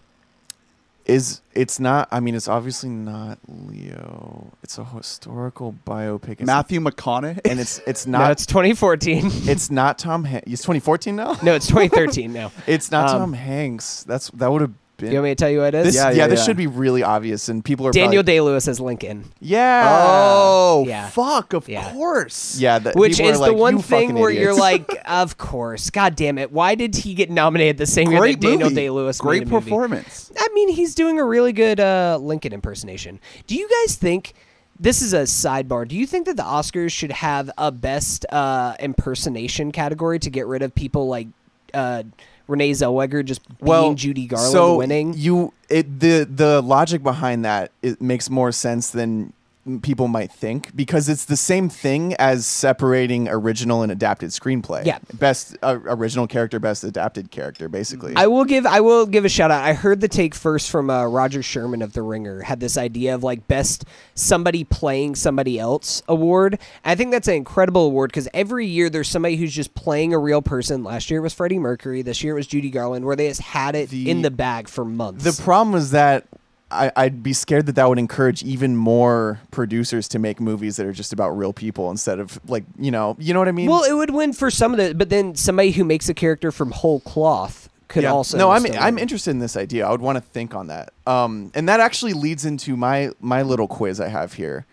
[SPEAKER 3] Is it's not? I mean, it's obviously not Leo. It's a historical biopic. It's,
[SPEAKER 1] Matthew McConaughey.
[SPEAKER 3] and it's it's
[SPEAKER 2] no,
[SPEAKER 3] not.
[SPEAKER 2] it's 2014.
[SPEAKER 3] it's not Tom Hanks. It's 2014 now.
[SPEAKER 2] no, it's 2013. No.
[SPEAKER 3] It's not
[SPEAKER 2] Um,
[SPEAKER 3] Tom Hanks. That's that would have
[SPEAKER 2] Do
[SPEAKER 3] been.
[SPEAKER 2] you want me to tell you what it
[SPEAKER 3] this,
[SPEAKER 2] is?
[SPEAKER 3] yeah,
[SPEAKER 1] Yeah, yeah,
[SPEAKER 3] this
[SPEAKER 1] yeah.
[SPEAKER 3] should be really obvious, and people are
[SPEAKER 2] Daniel
[SPEAKER 3] probably- Uh,
[SPEAKER 2] Day Lewis as Lincoln,
[SPEAKER 3] yeah.
[SPEAKER 1] oh,
[SPEAKER 2] Yeah.
[SPEAKER 1] fuck. Of
[SPEAKER 2] Yeah.
[SPEAKER 1] course.
[SPEAKER 3] Yeah, that,
[SPEAKER 2] which
[SPEAKER 3] people are
[SPEAKER 2] is the
[SPEAKER 3] like, "You
[SPEAKER 2] one
[SPEAKER 3] fucking
[SPEAKER 2] thing where you're
[SPEAKER 3] idiots."
[SPEAKER 2] like, of course, god damn it, why did he get nominated the same year
[SPEAKER 1] Great
[SPEAKER 2] that Daniel
[SPEAKER 1] movie.
[SPEAKER 2] Day Lewis?
[SPEAKER 1] Great
[SPEAKER 2] performance.
[SPEAKER 1] performance.
[SPEAKER 2] I mean, he's doing a really good uh, Lincoln impersonation. Do you guys think this is a sidebar? Do you think that the Oscars should have a best uh, impersonation category to get rid of people like uh, Renee Zellweger just being Judy Garland
[SPEAKER 3] so
[SPEAKER 2] winning?
[SPEAKER 3] You it the the logic behind that it makes more sense than people might think because it's the same thing as separating original and adapted screenplay.
[SPEAKER 2] Yeah.
[SPEAKER 3] best uh, original character, best adapted character, basically.
[SPEAKER 2] I will give I will give a shout out. I heard the take first from uh, Roger Sherman of The Ringer had this idea of like best somebody playing somebody else award. I think that's an incredible award because every year there's somebody who's just playing a real person. Last year it was Freddie Mercury. This year it was Judy Garland, where they just had it
[SPEAKER 3] The-
[SPEAKER 2] in the bag for months.
[SPEAKER 3] the problem is that. I, I'd be scared that that would encourage even more producers to make movies that are just about real people instead of like you know you know what I mean.
[SPEAKER 2] well, it would win for some of the, but then somebody who makes a character from whole cloth could also.
[SPEAKER 3] no i'm
[SPEAKER 2] still
[SPEAKER 3] i'm
[SPEAKER 2] win.
[SPEAKER 3] interested in this idea i would want to think on that um and that actually leads into my my little quiz i have here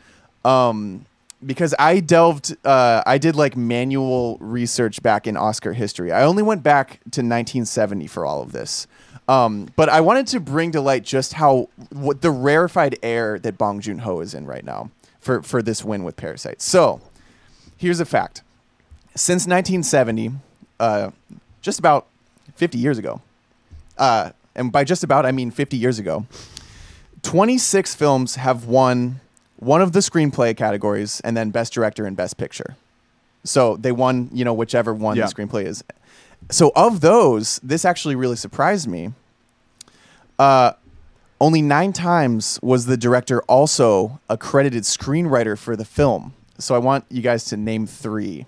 [SPEAKER 3] um because i delved uh i did like manual research back in oscar history i only went back to 1970 for all of this um, but I wanted to bring to light just how what the rarefied air that Bong Joon Ho is in right now for for this win with Parasite. So, here's a fact: since 1970, uh, just about 50 years ago, uh, and by just about I mean 50 years ago, 26 films have won one of the screenplay categories and then Best Director and Best Picture. So they won, you know, whichever one
[SPEAKER 1] Yeah.
[SPEAKER 3] the screenplay is. So of those, this actually really surprised me. Uh, only nine times was the director also a credited screenwriter for the film. So I want you guys to name three.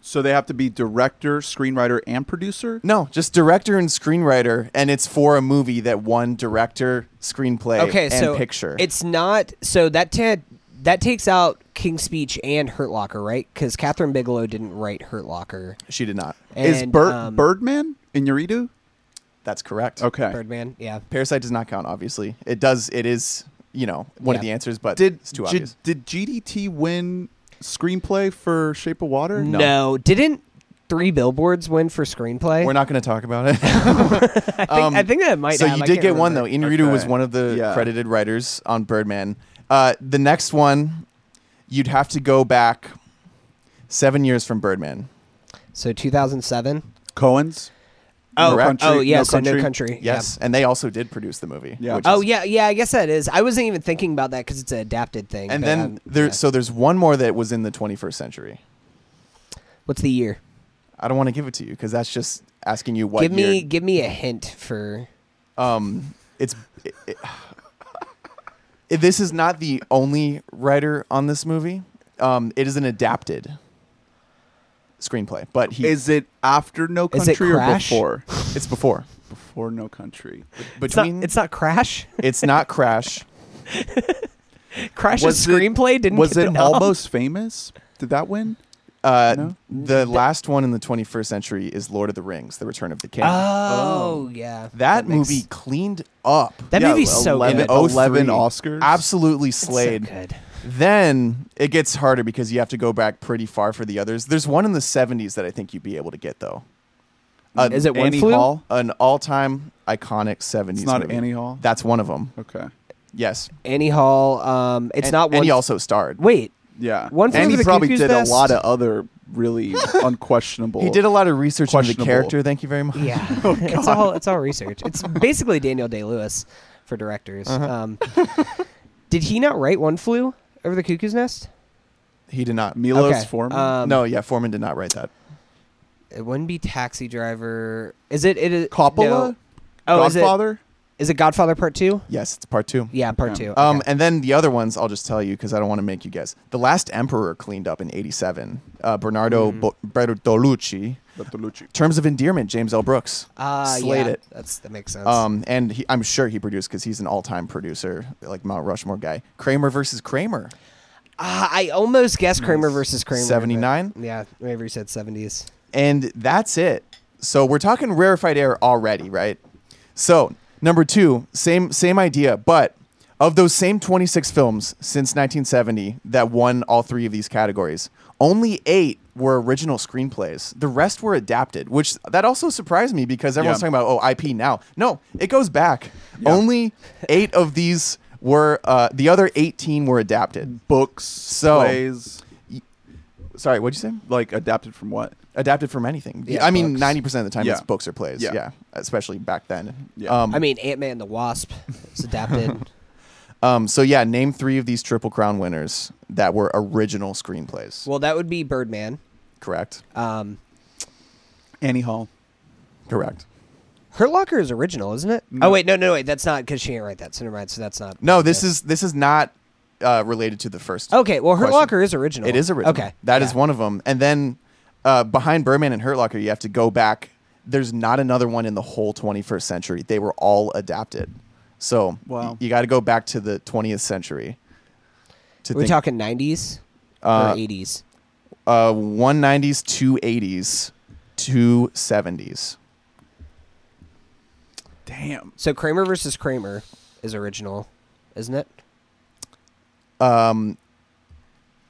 [SPEAKER 1] So they have to be director, screenwriter, and producer?
[SPEAKER 3] No, just director and screenwriter, and it's for a movie that won director, screenplay,
[SPEAKER 2] okay,
[SPEAKER 3] and
[SPEAKER 2] so
[SPEAKER 3] picture.
[SPEAKER 2] It's not so that ta- that takes out King's Speech and Hurt Locker, right? Because Catherine Bigelow didn't write Hurt Locker.
[SPEAKER 3] she did not.
[SPEAKER 2] And,
[SPEAKER 1] is Bir-
[SPEAKER 2] um,
[SPEAKER 1] Birdman in Yuridu?
[SPEAKER 3] That's correct.
[SPEAKER 1] Okay.
[SPEAKER 2] Birdman? Yeah.
[SPEAKER 3] Parasite does not count. Obviously, it does. It is you know one of
[SPEAKER 2] Yeah.
[SPEAKER 3] the answers, but
[SPEAKER 1] Did
[SPEAKER 3] it's too
[SPEAKER 1] G-
[SPEAKER 3] obvious.
[SPEAKER 1] did GDT win screenplay for Shape of Water?
[SPEAKER 2] No. didn't Three Billboards win for screenplay?
[SPEAKER 3] We're not going to talk about it.
[SPEAKER 2] I think, I think that it might.
[SPEAKER 3] so
[SPEAKER 2] have,
[SPEAKER 3] you
[SPEAKER 2] I
[SPEAKER 3] did
[SPEAKER 2] can't
[SPEAKER 3] get one though.
[SPEAKER 2] remember.
[SPEAKER 3] Inuritu was
[SPEAKER 1] Okay.
[SPEAKER 3] one of the
[SPEAKER 1] Yeah.
[SPEAKER 3] credited writers on Birdman. Uh, the next one, you'd have to go back seven years from Birdman.
[SPEAKER 2] So 2007.
[SPEAKER 1] Cohen's.
[SPEAKER 2] Oh,
[SPEAKER 3] Correct.
[SPEAKER 2] oh yeah,
[SPEAKER 1] No
[SPEAKER 2] so no
[SPEAKER 1] Country.
[SPEAKER 2] country. yeah.
[SPEAKER 3] Yes, and they also did produce the movie.
[SPEAKER 1] Yeah.
[SPEAKER 3] which
[SPEAKER 2] Oh
[SPEAKER 3] is-
[SPEAKER 2] yeah, yeah. I guess that is. I wasn't even thinking about that because it's an adapted thing.
[SPEAKER 3] And
[SPEAKER 2] but,
[SPEAKER 3] then
[SPEAKER 2] um,
[SPEAKER 3] there,
[SPEAKER 2] yeah.
[SPEAKER 3] so there's one more that was in the 21st century.
[SPEAKER 2] what's the year?
[SPEAKER 3] I don't want to give it to you because that's just asking you what
[SPEAKER 2] give me,
[SPEAKER 3] year.
[SPEAKER 2] give me a hint for.
[SPEAKER 3] Um, it's it, it- this is not the only writer on this movie. Um, it is an adapted screenplay, but he
[SPEAKER 1] Is it after No
[SPEAKER 2] Is it
[SPEAKER 1] Country or
[SPEAKER 2] Crash?
[SPEAKER 1] before?
[SPEAKER 3] it's before
[SPEAKER 1] before No Country.
[SPEAKER 2] It's not,
[SPEAKER 3] between.
[SPEAKER 2] it's not Crash.
[SPEAKER 3] it's not Crash.
[SPEAKER 2] Crash's
[SPEAKER 1] Was it-
[SPEAKER 2] screenplay didn't.
[SPEAKER 1] Was
[SPEAKER 2] get the
[SPEAKER 1] it
[SPEAKER 2] nom.
[SPEAKER 1] almost famous? Did that win?
[SPEAKER 3] Uh,
[SPEAKER 1] No?
[SPEAKER 3] The last one in the 21st century is Lord of the Rings: The Return of the King.
[SPEAKER 2] Oh, yeah.
[SPEAKER 3] that
[SPEAKER 2] makes-
[SPEAKER 3] movie cleaned up.
[SPEAKER 2] That
[SPEAKER 1] Yeah,
[SPEAKER 2] movie's so
[SPEAKER 1] 11
[SPEAKER 2] good.
[SPEAKER 1] oh,
[SPEAKER 2] It's
[SPEAKER 1] 11
[SPEAKER 3] 03.
[SPEAKER 1] Oscars?
[SPEAKER 3] Absolutely
[SPEAKER 2] so
[SPEAKER 3] slayed.
[SPEAKER 2] good.
[SPEAKER 3] Then it gets harder because you have to go back pretty far for the others. There's one in the 70s that I think you'd be able to get though. An-
[SPEAKER 2] Is it One
[SPEAKER 1] Annie
[SPEAKER 2] Flew?
[SPEAKER 1] Hall?
[SPEAKER 3] an all-time iconic 70s?
[SPEAKER 1] It's not
[SPEAKER 3] movie.
[SPEAKER 1] Annie Hall?
[SPEAKER 3] That's one of them.
[SPEAKER 1] Okay.
[SPEAKER 3] Yes,
[SPEAKER 2] Annie Hall. Um, it's
[SPEAKER 3] And-
[SPEAKER 2] not
[SPEAKER 3] And
[SPEAKER 2] one.
[SPEAKER 3] he also starred.
[SPEAKER 2] wait,
[SPEAKER 1] Yeah.
[SPEAKER 2] One Flew
[SPEAKER 1] and
[SPEAKER 2] Over
[SPEAKER 1] he
[SPEAKER 2] the
[SPEAKER 1] probably
[SPEAKER 2] Cuckoo's
[SPEAKER 1] did
[SPEAKER 2] Nest?
[SPEAKER 1] a lot of other really unquestionable.
[SPEAKER 3] He did a lot of research on the
[SPEAKER 1] Questionable.
[SPEAKER 3] character. Thank you very much.
[SPEAKER 2] yeah, it's all it's all research. It's basically Daniel Day Lewis for directors. Um, did he not write One Flew Over the Cuckoo's Nest?
[SPEAKER 3] He did not.
[SPEAKER 1] Milos
[SPEAKER 2] Okay,
[SPEAKER 1] Forman.
[SPEAKER 2] um,
[SPEAKER 3] no, yeah, Foreman did not write that.
[SPEAKER 2] It wouldn't be Taxi Driver. Is it? It is
[SPEAKER 1] Coppola?
[SPEAKER 2] No. Oh,
[SPEAKER 1] Godfather?
[SPEAKER 2] is it? Is it Godfather Part Two?
[SPEAKER 3] Yes, it's part two.
[SPEAKER 2] Yeah, Part
[SPEAKER 1] Yeah.
[SPEAKER 2] Two.
[SPEAKER 3] Um,
[SPEAKER 2] okay.
[SPEAKER 3] and then the other ones, I'll just tell you because I don't want to make you guess. The Last Emperor cleaned up in '87. Uh, Bernardo
[SPEAKER 1] Mm-hmm.
[SPEAKER 3] Bo- Bertolucci.
[SPEAKER 1] Bertolucci.
[SPEAKER 3] Terms of Endearment, James L. Brooks.
[SPEAKER 2] Ah,
[SPEAKER 3] slayed
[SPEAKER 2] yeah,
[SPEAKER 3] it.
[SPEAKER 2] That's that makes sense.
[SPEAKER 3] Um, and he, I'm sure he produced because he's an all-time producer, like Mount Rushmore guy. Kramer versus Kramer,
[SPEAKER 2] Ah, I almost guessed Kramer versus Kramer. but-
[SPEAKER 3] 79?
[SPEAKER 2] Yeah, maybe you said seventies.
[SPEAKER 3] and that's it. So we're talking rarefied air already, right? So number two, same same idea, but of those same 26 films since 1970 that won all three of these categories, only eight were original screenplays. The rest were adapted, which that also surprised me because everyone's
[SPEAKER 1] Yeah.
[SPEAKER 3] talking about oh IP now. No, it goes back. Only eight of these were uh, the other 18 were adapted.
[SPEAKER 1] Books,
[SPEAKER 3] So-
[SPEAKER 1] plays,
[SPEAKER 3] Sorry, what'd you say?
[SPEAKER 1] like adapted from what?
[SPEAKER 3] adapted from anything.
[SPEAKER 2] Yeah,
[SPEAKER 3] I mean,
[SPEAKER 2] books.
[SPEAKER 3] ninety percent of the time
[SPEAKER 1] Yeah.
[SPEAKER 3] it's books or plays. Yeah.
[SPEAKER 1] Yeah.
[SPEAKER 3] especially back then.
[SPEAKER 1] Yeah.
[SPEAKER 3] Um,
[SPEAKER 2] I mean, Ant Man and the Wasp. It's adapted.
[SPEAKER 3] um, so yeah, name three of these Triple Crown winners that were original screenplays.
[SPEAKER 2] well, that would be Birdman.
[SPEAKER 3] correct.
[SPEAKER 2] Um,
[SPEAKER 1] Annie Hall.
[SPEAKER 3] Correct.
[SPEAKER 2] Hurt Locker is original, isn't it? Oh wait, no, no, wait. That's not because she didn't write that. So never mind. So that's not.
[SPEAKER 3] No, this is this is not uh, related to the first.
[SPEAKER 2] Okay, well, Hurt
[SPEAKER 3] question.
[SPEAKER 2] Locker is original.
[SPEAKER 3] It is original.
[SPEAKER 2] Okay,
[SPEAKER 3] that is
[SPEAKER 2] yeah.
[SPEAKER 3] one of them. And then uh, behind Birdman and Hurt Locker, you have to go back. There's not another one in the whole 21st century. They were all adapted. So y-
[SPEAKER 1] Wow.
[SPEAKER 3] you got to go back to the 20th century. To
[SPEAKER 2] We're
[SPEAKER 3] think-
[SPEAKER 2] talking nineties
[SPEAKER 3] Uh,
[SPEAKER 2] or eighties.
[SPEAKER 3] uh, 190s, 280s, 270s.
[SPEAKER 1] Damn.
[SPEAKER 2] So Kramer versus Kramer is original, isn't it?
[SPEAKER 3] Um,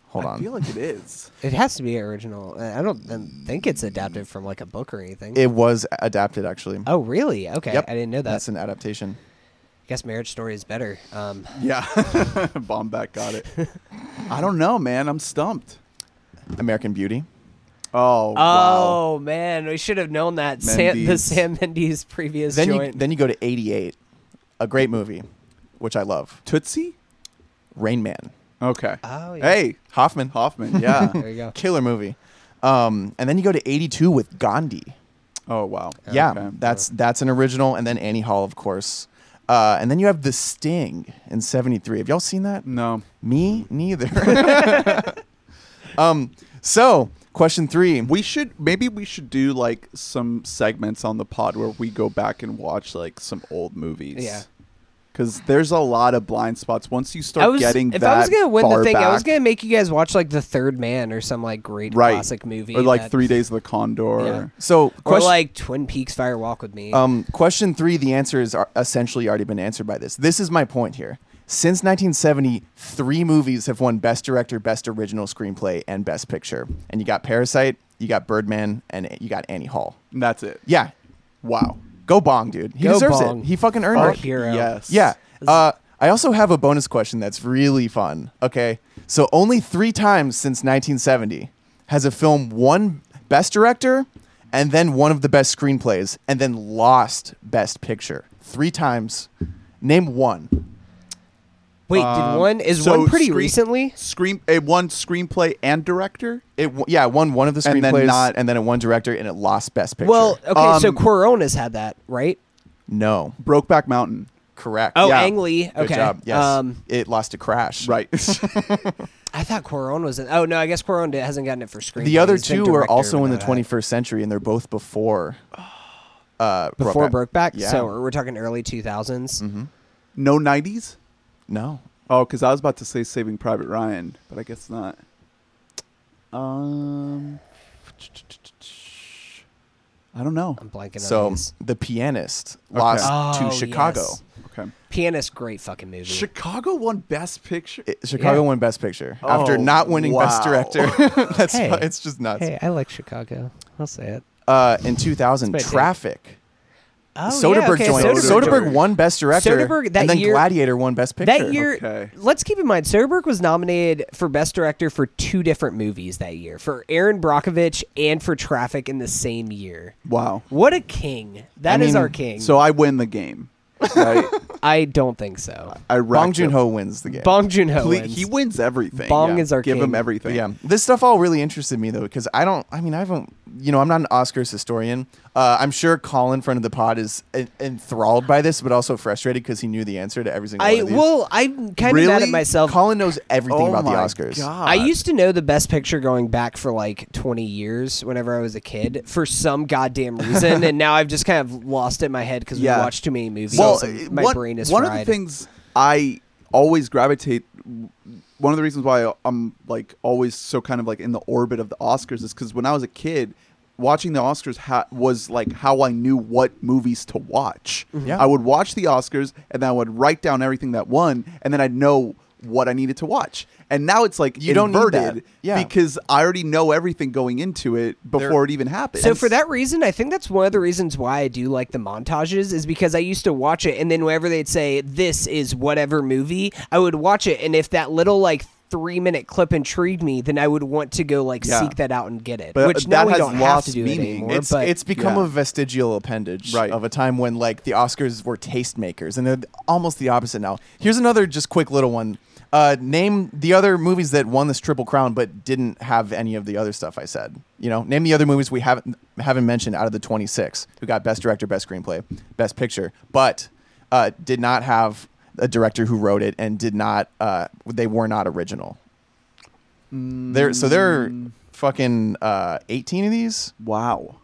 [SPEAKER 3] hold
[SPEAKER 1] I
[SPEAKER 3] on.
[SPEAKER 1] feel like it is.
[SPEAKER 2] It has to be original. I I don't um, think it's adapted from like a book or anything.
[SPEAKER 3] it was adapted, actually.
[SPEAKER 2] oh really? Okay,
[SPEAKER 3] Yep.
[SPEAKER 2] I didn't know that.
[SPEAKER 3] That's an adaptation.
[SPEAKER 2] I guess Marriage Story is better. Um,
[SPEAKER 1] Yeah. Bombeck got it. I don't know, man. I'm stumped.
[SPEAKER 3] American Beauty.
[SPEAKER 1] Oh, wow.
[SPEAKER 2] Oh man, we should have known that Sam, the
[SPEAKER 1] Mendes.
[SPEAKER 2] Sam Mendes previous
[SPEAKER 3] Then you,
[SPEAKER 2] joint.
[SPEAKER 3] then you go to 88, a great movie, which I love.
[SPEAKER 1] Tootsie?
[SPEAKER 3] Rain Man.
[SPEAKER 1] Okay.
[SPEAKER 2] oh yeah.
[SPEAKER 1] Hey,
[SPEAKER 3] Hoffman.
[SPEAKER 1] Hoffman. Yeah.
[SPEAKER 2] there you go.
[SPEAKER 3] Killer movie. Um, and then you go to 82 with Gandhi.
[SPEAKER 1] oh, wow.
[SPEAKER 3] Yeah,
[SPEAKER 1] Okay.
[SPEAKER 3] that's that's an original. And then Annie Hall, of course. Uh, and then you have The Sting in 73. Have y'all seen that?
[SPEAKER 1] No.
[SPEAKER 3] Me neither. um, so question three.
[SPEAKER 1] We should maybe we should do like some segments on the pod where we go back and watch like some old movies.
[SPEAKER 2] Yeah.
[SPEAKER 1] Because there's a lot of blind spots. Once you start
[SPEAKER 2] I was,
[SPEAKER 1] getting
[SPEAKER 2] if
[SPEAKER 1] that
[SPEAKER 2] I was gonna win
[SPEAKER 1] far
[SPEAKER 2] the thing, I was
[SPEAKER 1] back-
[SPEAKER 2] gonna make you guys watch like The Third Man or some like great
[SPEAKER 1] right
[SPEAKER 2] classic movie,
[SPEAKER 1] or like
[SPEAKER 2] that-
[SPEAKER 1] Three Days of the Condor.
[SPEAKER 2] Yeah.
[SPEAKER 3] So
[SPEAKER 2] or
[SPEAKER 3] question
[SPEAKER 2] like Twin Peaks Fire Walk with Me.
[SPEAKER 3] um, question three. The answer is ar- essentially already been answered by this. This is my point here. Since 1970, three movies have won Best Director, Best Original Screenplay, and Best Picture. And you got Parasite, you got Birdman, and you got Annie Hall.
[SPEAKER 1] And that's it.
[SPEAKER 3] Yeah,
[SPEAKER 1] Wow.
[SPEAKER 3] go bong, dude. He
[SPEAKER 2] Go
[SPEAKER 3] deserves
[SPEAKER 2] Bong.
[SPEAKER 3] it. He fucking earned
[SPEAKER 2] Fuck
[SPEAKER 3] it.
[SPEAKER 2] hero.
[SPEAKER 1] Yes.
[SPEAKER 3] Yeah. Uh, I also have a bonus question that's really fun. Okay. So only three times since 1970 has a film won Best Director and then one of the best screenplays, and then lost Best Picture three times. Name one.
[SPEAKER 2] Wait, did one is
[SPEAKER 1] So
[SPEAKER 2] one pretty
[SPEAKER 1] screen-
[SPEAKER 2] recently?
[SPEAKER 1] Screen a one screenplay and director.
[SPEAKER 3] It w- yeah, it won one of the
[SPEAKER 1] And
[SPEAKER 3] screenplays, and
[SPEAKER 1] then not-
[SPEAKER 3] then, it won director, and it lost Best Picture.
[SPEAKER 2] Well, uh, okay, so
[SPEAKER 1] Um,
[SPEAKER 2] Corona's had that, right?
[SPEAKER 3] no,
[SPEAKER 1] Brokeback Mountain.
[SPEAKER 3] correct.
[SPEAKER 2] Oh,
[SPEAKER 3] yeah.
[SPEAKER 2] Ang Lee.
[SPEAKER 3] Good
[SPEAKER 2] Okay.
[SPEAKER 3] job. Yes,
[SPEAKER 2] Um,
[SPEAKER 3] it lost to Crash.
[SPEAKER 1] Right.
[SPEAKER 2] I thought Corona was in. Oh no, I guess Corona hasn't gotten it for screen.
[SPEAKER 3] The other two are also
[SPEAKER 2] uh,
[SPEAKER 3] in the 21st century, and they're both before. Uh,
[SPEAKER 2] before
[SPEAKER 3] Brokeback-
[SPEAKER 2] Brokeback.
[SPEAKER 3] Yeah.
[SPEAKER 2] So we're talking early two Mm-hmm.
[SPEAKER 1] no nineties.
[SPEAKER 3] No.
[SPEAKER 1] Oh, because I was about to say Saving Private Ryan, but I guess not. Um, I don't know.
[SPEAKER 2] I'm blanking on
[SPEAKER 3] So
[SPEAKER 2] these.
[SPEAKER 3] the pianist lost
[SPEAKER 2] Oh,
[SPEAKER 3] to Chicago.
[SPEAKER 2] yes.
[SPEAKER 1] Okay.
[SPEAKER 2] Pianist, great fucking movie.
[SPEAKER 1] Chicago won Best Picture.
[SPEAKER 3] It- Chicago
[SPEAKER 2] Yeah.
[SPEAKER 3] won Best Picture
[SPEAKER 1] Oh,
[SPEAKER 3] after not winning Best
[SPEAKER 1] wow.
[SPEAKER 3] Director. That's
[SPEAKER 2] Hey.
[SPEAKER 3] why- it's just nuts.
[SPEAKER 2] hey, I like Chicago. I'll say it.
[SPEAKER 3] Uh, in 2000,
[SPEAKER 2] That's my take.
[SPEAKER 3] Traffic.
[SPEAKER 2] Oh,
[SPEAKER 3] Soderbergh
[SPEAKER 2] yeah, okay,
[SPEAKER 3] joined.
[SPEAKER 1] Soderbergh.
[SPEAKER 3] Soderbergh. won Best Director.
[SPEAKER 2] Soderbergh, that
[SPEAKER 3] and then
[SPEAKER 2] year-
[SPEAKER 3] Gladiator won Best Picture.
[SPEAKER 2] That year,
[SPEAKER 1] Okay.
[SPEAKER 2] let's keep in mind, Soderbergh was nominated for Best Director for two different movies that year, for Aaron Brockovich and for Traffic in the same year.
[SPEAKER 1] Wow.
[SPEAKER 2] What a king! That is
[SPEAKER 3] I mean,
[SPEAKER 2] our king.
[SPEAKER 1] So I win the game. Right?
[SPEAKER 2] I don't think so.
[SPEAKER 1] I
[SPEAKER 3] Bong
[SPEAKER 1] racked
[SPEAKER 3] Joon
[SPEAKER 1] up-
[SPEAKER 3] Ho wins the game.
[SPEAKER 2] Bong Joon Ho.
[SPEAKER 1] Ple- He wins everything.
[SPEAKER 2] Bong
[SPEAKER 1] yeah.
[SPEAKER 2] is our
[SPEAKER 1] Give him
[SPEAKER 2] king.
[SPEAKER 1] everything.
[SPEAKER 3] Yeah, this stuff all really interested me though, because I don't. I mean, I haven't. You know, I'm not an Oscars historian. Uh, I'm sure Colin, friend of the pod, is en- enthralled by this, but also frustrated because he knew the answer to every single one
[SPEAKER 2] I
[SPEAKER 3] of these.
[SPEAKER 2] well, I'm kind of mad at
[SPEAKER 1] Really?
[SPEAKER 2] myself.
[SPEAKER 3] Colin knows everything
[SPEAKER 1] Oh
[SPEAKER 3] about the
[SPEAKER 1] my
[SPEAKER 3] Oscars.
[SPEAKER 1] God.
[SPEAKER 2] I used to know the best picture going back for like 20 years whenever I was a kid for some goddamn reason, and now I've just kind of lost it in my head because
[SPEAKER 1] Yeah.
[SPEAKER 2] we watched too many movies.
[SPEAKER 1] well,
[SPEAKER 2] and
[SPEAKER 1] uh,
[SPEAKER 2] my
[SPEAKER 1] one,
[SPEAKER 2] brain is
[SPEAKER 1] one
[SPEAKER 2] fried.
[SPEAKER 1] of the things I always gravitate. One of the reasons why I'm like always so kind of like in the orbit of the Oscars is because when I was a kid, watching the Oscars ha- was like how I knew what movies to watch.
[SPEAKER 3] Yeah.
[SPEAKER 1] I would watch the Oscars and then I would write down everything that won, and then I'd know what I needed to watch. And now it's like
[SPEAKER 3] You don't need
[SPEAKER 1] inverted
[SPEAKER 3] that. Yeah.
[SPEAKER 1] because I already know everything going into it before it even happens.
[SPEAKER 2] So for that reason, I think that's one of the reasons why I do like the montages is because I used to watch it, and then whenever they'd say this is whatever movie, I would watch it, and if that little like three minute clip intrigued me, then I would want to go like
[SPEAKER 1] Yeah.
[SPEAKER 2] seek that out and get it.
[SPEAKER 1] But
[SPEAKER 2] which now
[SPEAKER 1] that
[SPEAKER 2] we
[SPEAKER 1] has
[SPEAKER 2] don't have
[SPEAKER 1] lost
[SPEAKER 2] to do
[SPEAKER 1] meaning.
[SPEAKER 2] it anymore.
[SPEAKER 3] It's
[SPEAKER 2] but
[SPEAKER 3] it's become
[SPEAKER 1] Yeah.
[SPEAKER 3] a vestigial appendage
[SPEAKER 1] Right.
[SPEAKER 3] of a time when like the Oscars were tastemakers, and they're almost the opposite now. Here's another just quick little one. Uh, name the other movies that won this triple crown but didn't have any of the other stuff I said. You know, name the other movies we haven't haven't mentioned out of the 26 who got best director, best screenplay, best picture, but uh, did not have a director who wrote it and did not uh, they were not original.
[SPEAKER 2] Mm.
[SPEAKER 3] There, so there are fucking uh, 18 of these.
[SPEAKER 1] wow.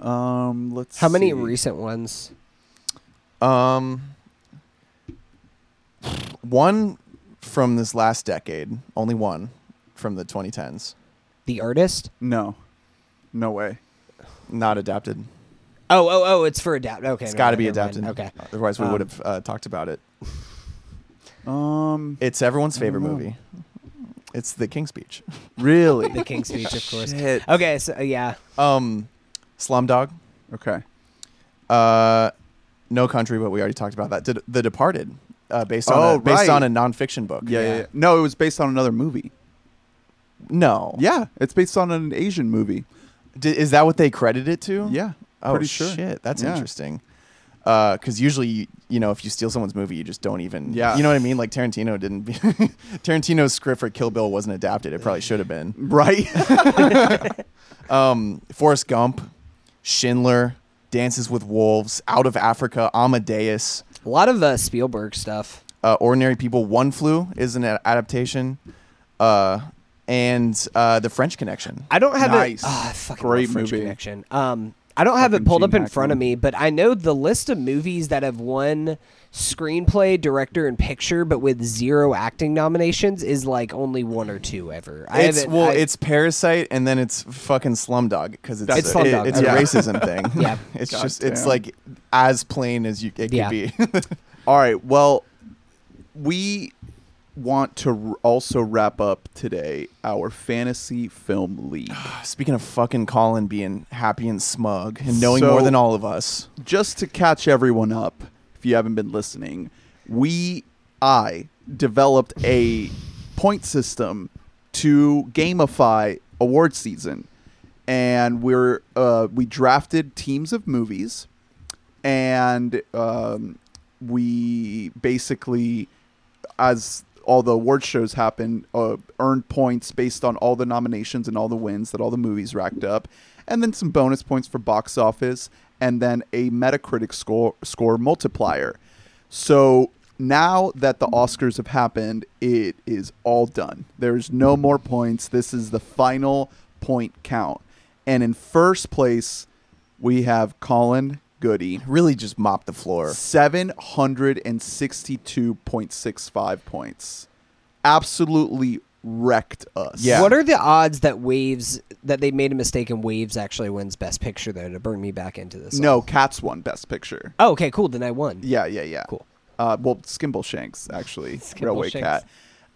[SPEAKER 1] Um, let's
[SPEAKER 2] how many
[SPEAKER 1] see.
[SPEAKER 2] recent ones?
[SPEAKER 3] Um, one from this last decade, only one from the 2010s,
[SPEAKER 2] The artist?
[SPEAKER 1] No, no way.
[SPEAKER 3] not adapted.
[SPEAKER 2] Oh, oh, oh! It's for adapt. Okay,
[SPEAKER 3] It's
[SPEAKER 2] never
[SPEAKER 3] got to
[SPEAKER 2] mind,
[SPEAKER 3] be
[SPEAKER 2] never mind.
[SPEAKER 3] adapted.
[SPEAKER 2] Okay.
[SPEAKER 3] otherwise we
[SPEAKER 1] Um,
[SPEAKER 3] would have uh, talked about it.
[SPEAKER 1] Um,
[SPEAKER 3] It's everyone's
[SPEAKER 1] I don't
[SPEAKER 3] favorite
[SPEAKER 1] know.
[SPEAKER 3] movie. It's The King's Speech.
[SPEAKER 1] really?
[SPEAKER 2] The King's Speech, of course.
[SPEAKER 1] Shit.
[SPEAKER 2] Okay, so yeah,
[SPEAKER 3] Um, Slumdog.
[SPEAKER 1] Okay.
[SPEAKER 3] Uh, no Country, but we already talked about that. Did the Departed, uh, based on
[SPEAKER 1] Oh,
[SPEAKER 3] a,
[SPEAKER 1] right.
[SPEAKER 3] based on a nonfiction book.
[SPEAKER 1] Yeah, yeah,
[SPEAKER 2] Yeah.
[SPEAKER 1] yeah. No, it was based on another movie.
[SPEAKER 3] No.
[SPEAKER 1] Yeah, it's based on an Asian movie.
[SPEAKER 3] Di- is that what they credit it to?
[SPEAKER 1] Yeah,
[SPEAKER 3] Oh
[SPEAKER 1] pretty sure.
[SPEAKER 3] shit, that's
[SPEAKER 1] Yeah.
[SPEAKER 3] interesting. Because usually, you, you know, if you steal someone's movie, you just don't even.
[SPEAKER 1] Yeah.
[SPEAKER 3] You know what I mean? Like Tarantino didn't. Be Tarantino's script for Kill Bill wasn't adapted. It probably should have been.
[SPEAKER 1] Right.
[SPEAKER 3] Um, Forrest Gump, Schindler, Dances with Wolves, Out of Africa, Amadeus,
[SPEAKER 2] a lot of uh, Spielberg stuff.
[SPEAKER 3] uh, Ordinary People, One Flew is an a- adaptation, uh, and uh, The French Connection.
[SPEAKER 2] I don't have
[SPEAKER 1] Nice.
[SPEAKER 2] it. Ah, I fucking
[SPEAKER 1] Great
[SPEAKER 2] love French
[SPEAKER 1] movie.
[SPEAKER 2] Connection. Um, I don't have it
[SPEAKER 1] Fucking
[SPEAKER 2] pulled up
[SPEAKER 1] Gene
[SPEAKER 2] in front of
[SPEAKER 1] Hackman.
[SPEAKER 2] me, but I know the list of movies that have won screenplay, director, and picture, but with zero acting nominations is like only one or two ever. I
[SPEAKER 3] It's
[SPEAKER 2] haven't-
[SPEAKER 3] well,
[SPEAKER 2] I-
[SPEAKER 3] it's Parasite, and then it's fucking Slumdog because it's
[SPEAKER 2] It's
[SPEAKER 3] a, it-
[SPEAKER 2] Slumdog,
[SPEAKER 3] it's a
[SPEAKER 1] yeah.
[SPEAKER 3] racism thing.
[SPEAKER 2] Yeah.
[SPEAKER 3] it's
[SPEAKER 1] God
[SPEAKER 3] just it's
[SPEAKER 1] damn.
[SPEAKER 3] like as plain as you it
[SPEAKER 2] Yeah.
[SPEAKER 3] could be.
[SPEAKER 1] All right. Well, we want to r- also wrap up today our fantasy film league.
[SPEAKER 3] Speaking of fucking Colin being happy and smug and knowing
[SPEAKER 1] So-
[SPEAKER 3] more than all of us,
[SPEAKER 1] just to catch everyone up, if you haven't been listening, we, I, developed a point system to gamify award season. and we're uh, we drafted teams of movies, and um, we basically, as all the award shows happen, uh, earned points based on all the nominations and all the wins that all the movies racked up, and then some bonus points for box office, and then a Metacritic score score multiplier. So now that the Oscars have happened, it is all done. There's no more points. This is the final point count. And in first place, we have Colin Goody,
[SPEAKER 3] Really just mopped the floor.
[SPEAKER 1] 762.65 points. Absolutely wrecked us.
[SPEAKER 3] Yeah.
[SPEAKER 2] What are the odds that Waves that they made a mistake and Waves actually wins Best Picture though? To bring me back into this.
[SPEAKER 1] No, Cats won Best Picture.
[SPEAKER 2] Oh, okay, cool. Then I won.
[SPEAKER 1] Yeah, yeah, yeah.
[SPEAKER 2] Cool.
[SPEAKER 1] Uh, well, Skimble Shanks actually,
[SPEAKER 2] Skimble
[SPEAKER 1] Railway Cat.
[SPEAKER 2] Shanks.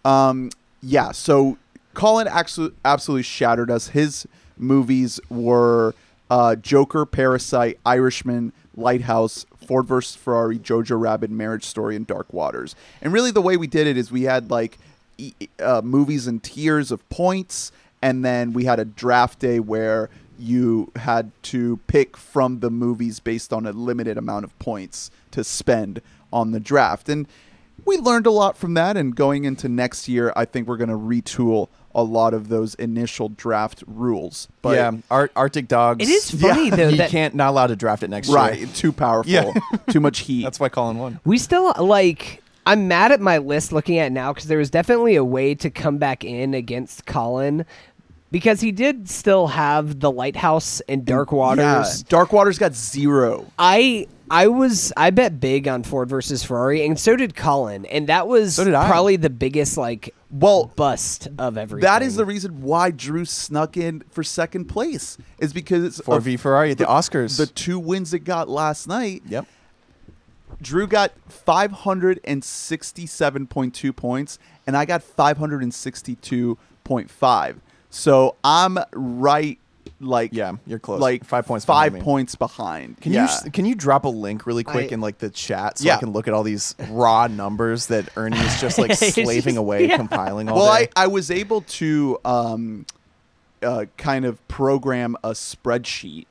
[SPEAKER 1] Um, yeah. So Colin axo- absolutely shattered us. His movies were uh, Joker, Parasite, Irishman, Lighthouse, Ford vs Ferrari, Jojo Rabbit, Marriage Story, and Dark Waters. And really, the way we did it is we had like e- uh, movies in tiers of points, and then we had a draft day where you had to pick from the movies based on a limited amount of points to spend on the draft. And we learned a lot from that. And going into next year, I think we're going to retool a lot of those initial draft rules. But
[SPEAKER 3] yeah, Ar- Arctic Dogs.
[SPEAKER 2] It is funny, though,
[SPEAKER 3] You
[SPEAKER 2] that-
[SPEAKER 3] can't not allowed to draft it next
[SPEAKER 1] right,
[SPEAKER 3] year.
[SPEAKER 1] too powerful,
[SPEAKER 3] Yeah.
[SPEAKER 1] too much heat.
[SPEAKER 3] That's why Colin won.
[SPEAKER 2] We still like. I'm mad at my list looking at it now because there was definitely a way to come back in against Colin because he did still have the lighthouse and dark waters.
[SPEAKER 1] Mm, Yeah, Dark Waters got zero.
[SPEAKER 2] I I was I bet big on Ford versus Ferrari, and so did Colin, and that was
[SPEAKER 3] So did I.
[SPEAKER 2] probably the biggest like
[SPEAKER 1] Well,
[SPEAKER 2] bust of everything.
[SPEAKER 1] that is the reason why Drew snuck in for second place is because
[SPEAKER 3] For
[SPEAKER 1] of
[SPEAKER 3] V Ferrari at the, Oscars.
[SPEAKER 1] the two wins it got last night.
[SPEAKER 3] yep.
[SPEAKER 1] Drew got 567.2 points, and I got 562.5. So I'm right, like
[SPEAKER 3] Yeah, you're close.
[SPEAKER 1] like
[SPEAKER 3] Five points
[SPEAKER 1] five
[SPEAKER 3] behind me.
[SPEAKER 1] points behind.
[SPEAKER 3] Can
[SPEAKER 1] Yeah.
[SPEAKER 3] you s- can you drop a link really quick
[SPEAKER 2] I-
[SPEAKER 3] in like the chat so I
[SPEAKER 1] Yeah.
[SPEAKER 3] can look at all these raw numbers that Ernie is just like
[SPEAKER 2] It's
[SPEAKER 3] slaving
[SPEAKER 2] just-
[SPEAKER 3] away,
[SPEAKER 2] yeah.
[SPEAKER 3] compiling all
[SPEAKER 1] well,
[SPEAKER 3] day?
[SPEAKER 1] I I was able to um, uh, kind of program a spreadsheet,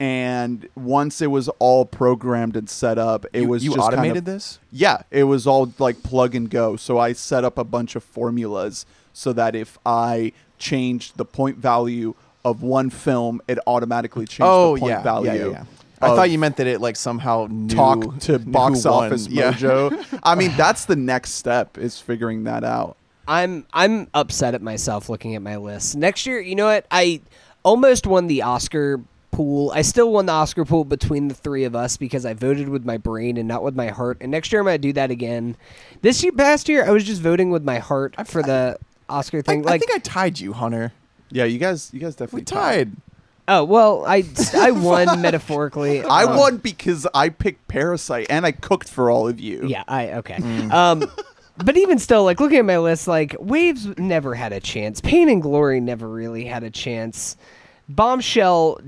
[SPEAKER 1] and once it was all programmed and set up, it
[SPEAKER 3] you,
[SPEAKER 1] was
[SPEAKER 3] you
[SPEAKER 1] just kind of-
[SPEAKER 3] automated this.
[SPEAKER 1] Yeah, it was all like plug and go. So I set up a bunch of formulas so that if I changed the point value of one film, it automatically changed
[SPEAKER 3] Oh
[SPEAKER 1] the point
[SPEAKER 3] yeah,
[SPEAKER 1] value.
[SPEAKER 3] yeah, yeah, yeah. I
[SPEAKER 1] of
[SPEAKER 3] thought you meant that it like somehow knew,
[SPEAKER 1] talk to
[SPEAKER 3] knew
[SPEAKER 1] box
[SPEAKER 3] who won.
[SPEAKER 1] office
[SPEAKER 3] Yeah.
[SPEAKER 1] mojo. I mean, that's the next step is figuring that out.
[SPEAKER 2] I'm I'm upset at myself looking at my list. Next year, you know what? I almost won the Oscar pool. I still won the Oscar pool between the three of us because I voted with my brain and not with my heart. And next year I'm gonna do that again. This year past year I was just voting with my heart for the Oscar
[SPEAKER 3] I,
[SPEAKER 2] thing.
[SPEAKER 3] I
[SPEAKER 2] like
[SPEAKER 3] think I tied you, Hunter.
[SPEAKER 1] Yeah, you guys, you guys
[SPEAKER 3] We
[SPEAKER 1] definitely
[SPEAKER 3] tied.
[SPEAKER 2] oh well I I won metaphorically.
[SPEAKER 1] I
[SPEAKER 2] Um,
[SPEAKER 1] won because I picked Parasite and I cooked for all of you.
[SPEAKER 2] Yeah, I okay.
[SPEAKER 1] Mm.
[SPEAKER 2] Um but even still like looking at my list like Waves never had a chance. Pain and Glory never really had a chance. Bombshell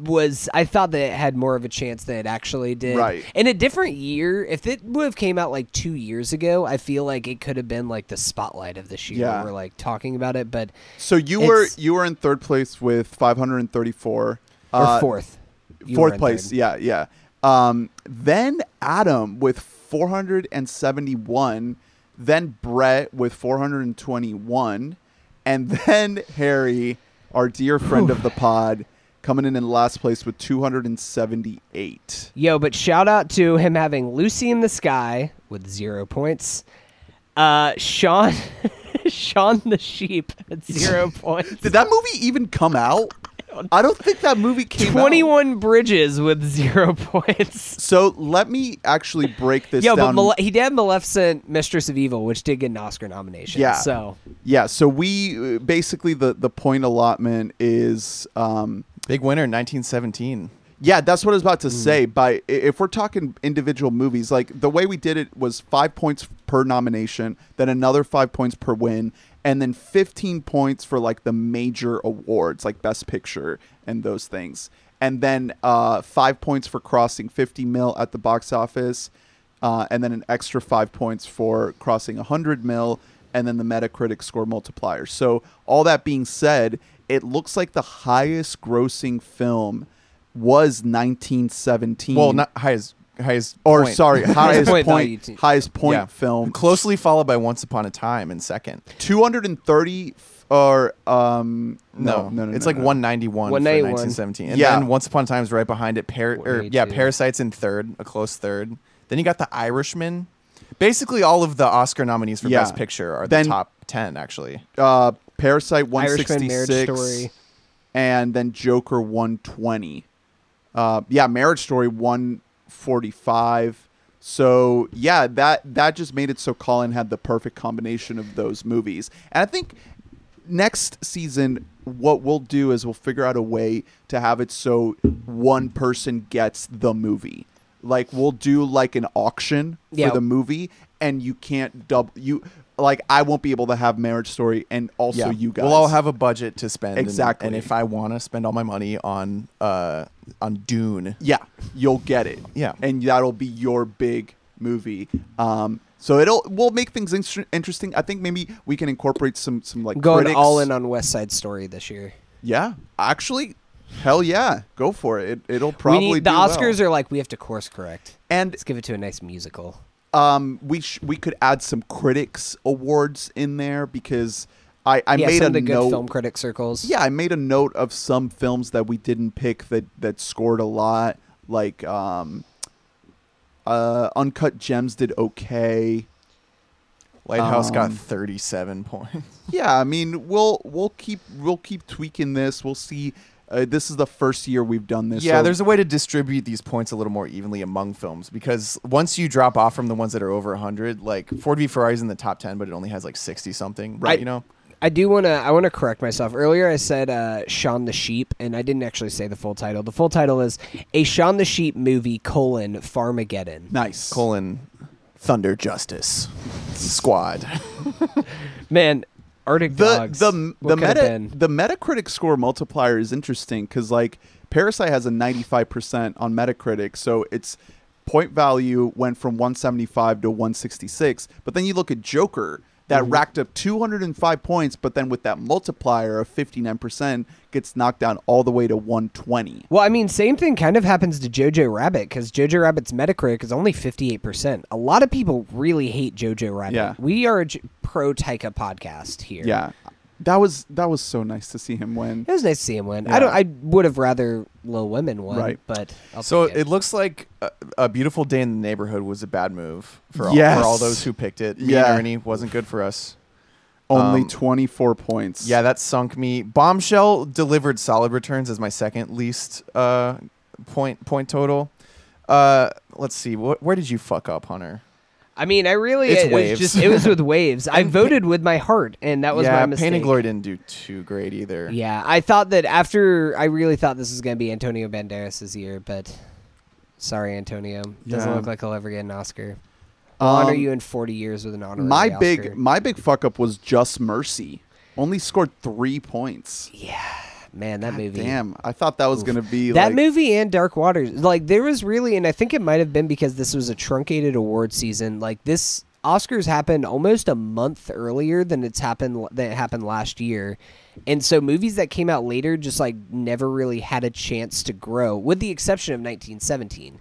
[SPEAKER 2] was I thought that it had more of a chance than it actually did.
[SPEAKER 1] Right.
[SPEAKER 2] In a different year, if it would have came out like 2 years ago, I feel like it could have been like the spotlight of this year.
[SPEAKER 1] Yeah.
[SPEAKER 2] We're like talking about it, but
[SPEAKER 1] So you
[SPEAKER 2] It's-
[SPEAKER 1] were you were in third place with 534.
[SPEAKER 2] or
[SPEAKER 1] Uh,
[SPEAKER 2] fourth. You were
[SPEAKER 1] fourth
[SPEAKER 2] in
[SPEAKER 1] place.
[SPEAKER 2] third.
[SPEAKER 1] Yeah, yeah. Um, then Adam with 471, then Brett with 421, and then Harry, our dear friend of the pod, coming in in last place with 278.
[SPEAKER 2] Yo, but shout out to him having Lucy in the Sky with zero points. Uh, Sean, Sean the Sheep at zero points.
[SPEAKER 1] Did that movie even come out? I don't think that movie came out.
[SPEAKER 2] 21 Bridges with zero points.
[SPEAKER 1] So let me actually break this
[SPEAKER 2] Yo, but
[SPEAKER 1] down.
[SPEAKER 2] Male- he did have Maleficent, Mistress of Evil, which did get an Oscar nomination.
[SPEAKER 1] Yeah.
[SPEAKER 2] So,
[SPEAKER 1] yeah, so we uh, basically the the point allotment is um
[SPEAKER 3] Big winner in 1917.
[SPEAKER 1] Yeah, that's what I was about to say. By i- if we're talking individual movies, like the way we did it was five points per nomination, then another five points per win, and then fifteen points for like the major awards, like Best Picture and those things, and then uh, five points for crossing fifty mil at the box office, uh, and then an extra five points for crossing hundred mil, and then the Metacritic score multiplier. So all that being said, it looks like the highest grossing film was 1917.
[SPEAKER 3] Well, not highest highest
[SPEAKER 1] or
[SPEAKER 3] point.
[SPEAKER 1] sorry, highest
[SPEAKER 2] point
[SPEAKER 1] point,
[SPEAKER 2] value.
[SPEAKER 1] highest point
[SPEAKER 3] Yeah.
[SPEAKER 1] film.
[SPEAKER 3] closely followed by Once Upon a Time in second.
[SPEAKER 1] 230 f- or um no,
[SPEAKER 3] No,
[SPEAKER 1] no, no
[SPEAKER 3] it's
[SPEAKER 1] no,
[SPEAKER 3] like
[SPEAKER 1] no.
[SPEAKER 3] 191, for
[SPEAKER 2] 191.
[SPEAKER 3] 1917, and
[SPEAKER 1] Yeah.
[SPEAKER 3] then Once Upon a Time is right behind it. Par- or, yeah,
[SPEAKER 2] 182.
[SPEAKER 3] Parasites in third, a close third. Then you got The Irishman. Basically, all of the Oscar nominees for
[SPEAKER 1] Yeah.
[SPEAKER 3] Best Picture are
[SPEAKER 1] Then-
[SPEAKER 3] the top ten, actually.
[SPEAKER 1] uh Parasite
[SPEAKER 2] Irishman,
[SPEAKER 1] 166
[SPEAKER 2] Marriage Story.
[SPEAKER 1] and then Joker 120. Uh yeah, Marriage Story 145. So, yeah, that that just made it so Colin had the perfect combination of those movies. And I think next season what we'll do is we'll figure out a way to have it so one person gets the movie like we'll do like an auction
[SPEAKER 2] Yeah.
[SPEAKER 1] for the movie and you can't double you like i won't be able to have marriage story and also you guys
[SPEAKER 3] We'll all have a budget to spend. and-
[SPEAKER 1] Exactly.
[SPEAKER 3] And, if I want to spend all my money on uh on Dune,
[SPEAKER 1] yeah you'll get it
[SPEAKER 3] Yeah.
[SPEAKER 1] and that'll be your big movie um so it'll we'll make things inter- interesting i think maybe we can incorporate some some like
[SPEAKER 2] I'm going
[SPEAKER 1] critics.
[SPEAKER 2] all in on West Side Story this year.
[SPEAKER 1] yeah actually hell yeah go for it, it it'll probably
[SPEAKER 2] we need, the
[SPEAKER 1] do well.
[SPEAKER 2] Oscars are like we have to course correct.
[SPEAKER 1] and
[SPEAKER 2] Let's give it to a nice musical.
[SPEAKER 1] um, we sh- we could add some critics awards in there because I I
[SPEAKER 2] yeah,
[SPEAKER 1] made
[SPEAKER 2] some
[SPEAKER 1] a
[SPEAKER 2] of the good
[SPEAKER 1] note.
[SPEAKER 2] film critic circles.
[SPEAKER 1] Yeah, I made a note of some films that we didn't pick that that scored a lot. Like um, uh, Uncut Gems did okay.
[SPEAKER 3] Lighthouse got
[SPEAKER 1] Um,
[SPEAKER 3] 37 points.
[SPEAKER 1] Yeah, I mean we'll we'll keep we'll keep tweaking this. We'll see. Uh, this is the first year we've done this.
[SPEAKER 3] Yeah,
[SPEAKER 1] so-
[SPEAKER 3] there's a way to distribute these points a little more evenly among films because once you drop off from the ones that are over 100, like Ford v Ferrari's in the top 10, but it only has like 60 something, right?
[SPEAKER 2] I-
[SPEAKER 3] you know,
[SPEAKER 2] I do want to. I want to correct myself. Earlier, I said uh, Shaun the Sheep, and I didn't actually say the full title. The full title is a Shaun the Sheep movie: colon Farmageddon.
[SPEAKER 1] nice.
[SPEAKER 3] colon Thunder Justice Squad.
[SPEAKER 2] Man, Arctic
[SPEAKER 1] the
[SPEAKER 2] Dogs.
[SPEAKER 1] the
[SPEAKER 2] what
[SPEAKER 1] the
[SPEAKER 2] could have
[SPEAKER 1] meta
[SPEAKER 2] been?
[SPEAKER 1] the Metacritic score multiplier is interesting because like Parasite has a ninety five percent on Metacritic, so its point value went from one seventy five to one sixty six. But then you look at Joker that
[SPEAKER 2] Mm-hmm.
[SPEAKER 1] racked up two hundred and five points, but then with that multiplier of fifty nine percent, gets knocked down all the way to one twenty.
[SPEAKER 2] Well, I mean, same thing kind of happens to Jojo Rabbit because Jojo Rabbit's Metacritic is only 58%. A lot of people really hate Jojo Rabbit.
[SPEAKER 1] Yeah.
[SPEAKER 2] We are a j- pro Taika podcast here.
[SPEAKER 1] Yeah, that was that was so nice to see him win.
[SPEAKER 2] It was nice to see him win. I don't. I would have rather Lil Women won,
[SPEAKER 1] Right.
[SPEAKER 2] but I'll
[SPEAKER 3] So
[SPEAKER 2] take
[SPEAKER 3] it looks like a, a beautiful day in the neighborhood was a bad move for all,
[SPEAKER 1] Yes.
[SPEAKER 3] for all those who picked it. Me
[SPEAKER 1] Yeah.
[SPEAKER 3] and Ernie wasn't good for us.
[SPEAKER 1] Only
[SPEAKER 3] Um,
[SPEAKER 1] twenty four points.
[SPEAKER 3] Yeah, that sunk me. Bombshell delivered solid returns as my second least uh, point point total. Uh, let's see. What where did you fuck up, Hunter?
[SPEAKER 2] I mean, I really.
[SPEAKER 3] It's
[SPEAKER 2] it
[SPEAKER 3] waves.
[SPEAKER 2] was just. It was with waves. I voted with my heart, and that was
[SPEAKER 3] yeah,
[SPEAKER 2] my mistake.
[SPEAKER 3] Pain and Glory didn't do too great either.
[SPEAKER 2] Yeah, I thought that after I really thought this was going to be Antonio Banderas' year, but sorry, Antonio, doesn't
[SPEAKER 1] Yeah.
[SPEAKER 2] look like he'll ever get an Oscar.
[SPEAKER 1] Um,
[SPEAKER 2] I'll honor you in forty years with an honorary
[SPEAKER 1] my
[SPEAKER 2] Oscar.
[SPEAKER 1] big my big fuck up was just mercy only scored three points
[SPEAKER 2] man, that movie.
[SPEAKER 1] damn i thought that was gonna be
[SPEAKER 2] That
[SPEAKER 1] like,
[SPEAKER 2] movie and Dark Waters, like there was really, and I think it might have been because this was a truncated award season. Like this Oscars happened almost a month earlier than it's happened than it happened last year, and so movies that came out later just like never really had a chance to grow, with the exception of 1917.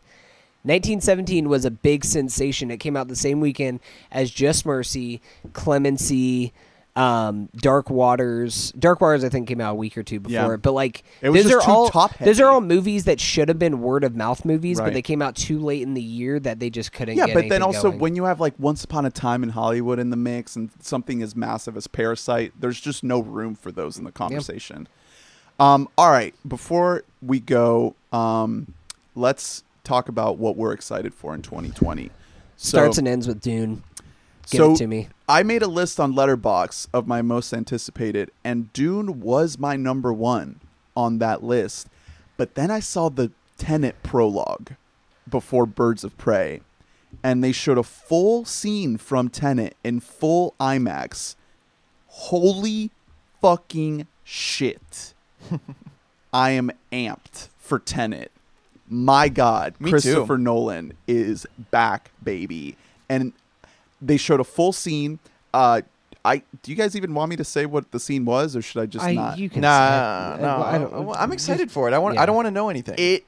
[SPEAKER 2] 1917 was a big sensation. It came out the same weekend as Just Mercy, Clemency, um, Dark Waters. Dark Waters, I think, came out a week or two before
[SPEAKER 1] Yeah.
[SPEAKER 2] it. But like,
[SPEAKER 1] It was
[SPEAKER 2] those
[SPEAKER 1] just
[SPEAKER 2] are
[SPEAKER 1] too
[SPEAKER 2] all
[SPEAKER 1] top-heavy.
[SPEAKER 2] those are all movies that should have been word of mouth movies, but
[SPEAKER 1] Right.
[SPEAKER 2] they came out too late in the year that they just couldn't.
[SPEAKER 1] yeah
[SPEAKER 2] get
[SPEAKER 1] but then
[SPEAKER 2] anything
[SPEAKER 1] also
[SPEAKER 2] going.
[SPEAKER 1] when you have like once upon a time in hollywood in the mix and something as massive as parasite there's just no room for those in the conversation um all right before we go um let's talk about what we're excited for in 2020 So-
[SPEAKER 2] starts and ends with Dune. Give
[SPEAKER 1] so
[SPEAKER 2] it to me.
[SPEAKER 1] I made a list on Letterbox of my most anticipated, and Dune was my number one on that list. But then I saw the Tenet prologue before Birds of Prey, and they showed a full scene from Tenet in full IMAX. Holy fucking shit! I am amped for Tenet. My God,
[SPEAKER 3] Me too.
[SPEAKER 1] Christopher Nolan is back, baby, and they showed a full scene. Uh, I do you guys even want me to say what the scene was, or should I just not?
[SPEAKER 2] you can
[SPEAKER 3] Nah,
[SPEAKER 2] say- Uh,
[SPEAKER 3] no.
[SPEAKER 2] well,
[SPEAKER 3] I am excited for it. I want.
[SPEAKER 2] yeah.
[SPEAKER 3] I don't want to know anything.
[SPEAKER 1] it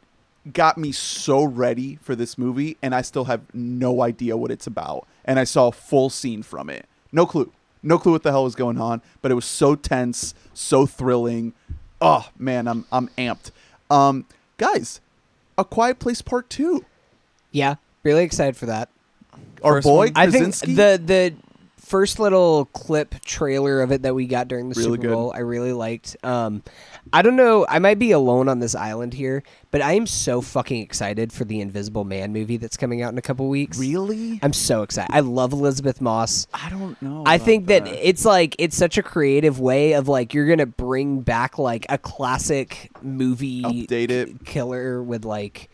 [SPEAKER 1] got me so ready for this movie, and I still have no idea what it's about. And I saw a full scene from it. No clue. No clue what the hell was going on, but it was so tense, so thrilling. Oh man, I'm I'm amped. Um, guys, A Quiet Place Part Two.
[SPEAKER 2] Yeah, really excited for that.
[SPEAKER 1] Our
[SPEAKER 3] First
[SPEAKER 1] boy,
[SPEAKER 3] one.
[SPEAKER 2] I think
[SPEAKER 1] Krasinski?
[SPEAKER 2] the the first little clip trailer of it that we got during the
[SPEAKER 1] Really
[SPEAKER 2] Super
[SPEAKER 1] good.
[SPEAKER 2] Bowl, I really liked. Um, I don't know, I might be alone on this island here, but I am so fucking excited for the Invisible Man movie that's coming out in a couple weeks.
[SPEAKER 1] really.
[SPEAKER 2] I'm so excited. I love Elizabeth Moss.
[SPEAKER 1] I don't know.
[SPEAKER 2] I
[SPEAKER 1] about
[SPEAKER 2] think that it's like it's such a creative way of like you're gonna bring back like a classic movie
[SPEAKER 1] Update it.
[SPEAKER 2] k- killer with like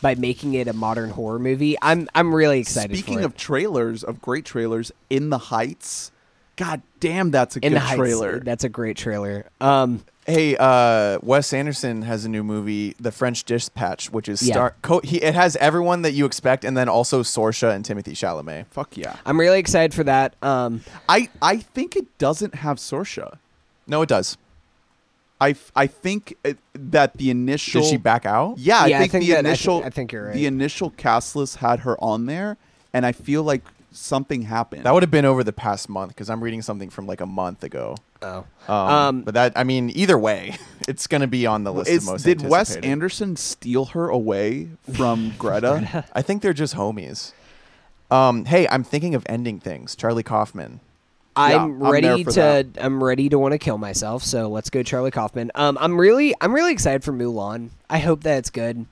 [SPEAKER 2] by making it a modern horror movie. I'm I'm really excited.
[SPEAKER 1] Speaking
[SPEAKER 2] for it.
[SPEAKER 1] of trailers, of great trailers, In the Heights. God damn, that's a
[SPEAKER 2] in
[SPEAKER 1] good
[SPEAKER 2] the Heights,
[SPEAKER 1] trailer.
[SPEAKER 2] that's a great trailer. Um,
[SPEAKER 3] Hey, uh, Wes Anderson has a new movie, The French Dispatch, which is
[SPEAKER 2] Yeah.
[SPEAKER 3] star. Co- he, it has everyone that you expect, and then also Sorsha and Timothy Chalamet.
[SPEAKER 1] Fuck yeah.
[SPEAKER 2] I'm really excited for that. Um,
[SPEAKER 1] I I think it doesn't have Sorsha.
[SPEAKER 3] No, it does.
[SPEAKER 1] I, f- I think it, that the initial
[SPEAKER 3] Did she back out?
[SPEAKER 1] yeah,
[SPEAKER 2] Yeah, I
[SPEAKER 1] I, think
[SPEAKER 2] think
[SPEAKER 1] the
[SPEAKER 2] that- I thi-
[SPEAKER 1] initial
[SPEAKER 2] I think you're right.
[SPEAKER 1] the initial cast list had her on there and I feel like something happened.
[SPEAKER 3] That would have been over the past month because I'm reading something from like a month ago.
[SPEAKER 2] oh,
[SPEAKER 3] Um,
[SPEAKER 2] Um,
[SPEAKER 3] but that I mean, either way, it's gonna be on the list.
[SPEAKER 1] Is-
[SPEAKER 3] of most
[SPEAKER 1] did Wes
[SPEAKER 3] anticipated.
[SPEAKER 1] Anderson steal her away from Greta?
[SPEAKER 3] I think they're just homies. Um, hey, I'm thinking of ending things. Charlie Kaufman.
[SPEAKER 2] I'm
[SPEAKER 1] I'm there
[SPEAKER 2] ready
[SPEAKER 1] for
[SPEAKER 2] to I'm ready to want to kill myself. So let's go, Charlie Kaufman. Um, I'm really I'm really excited for Mulan. I hope that it's good.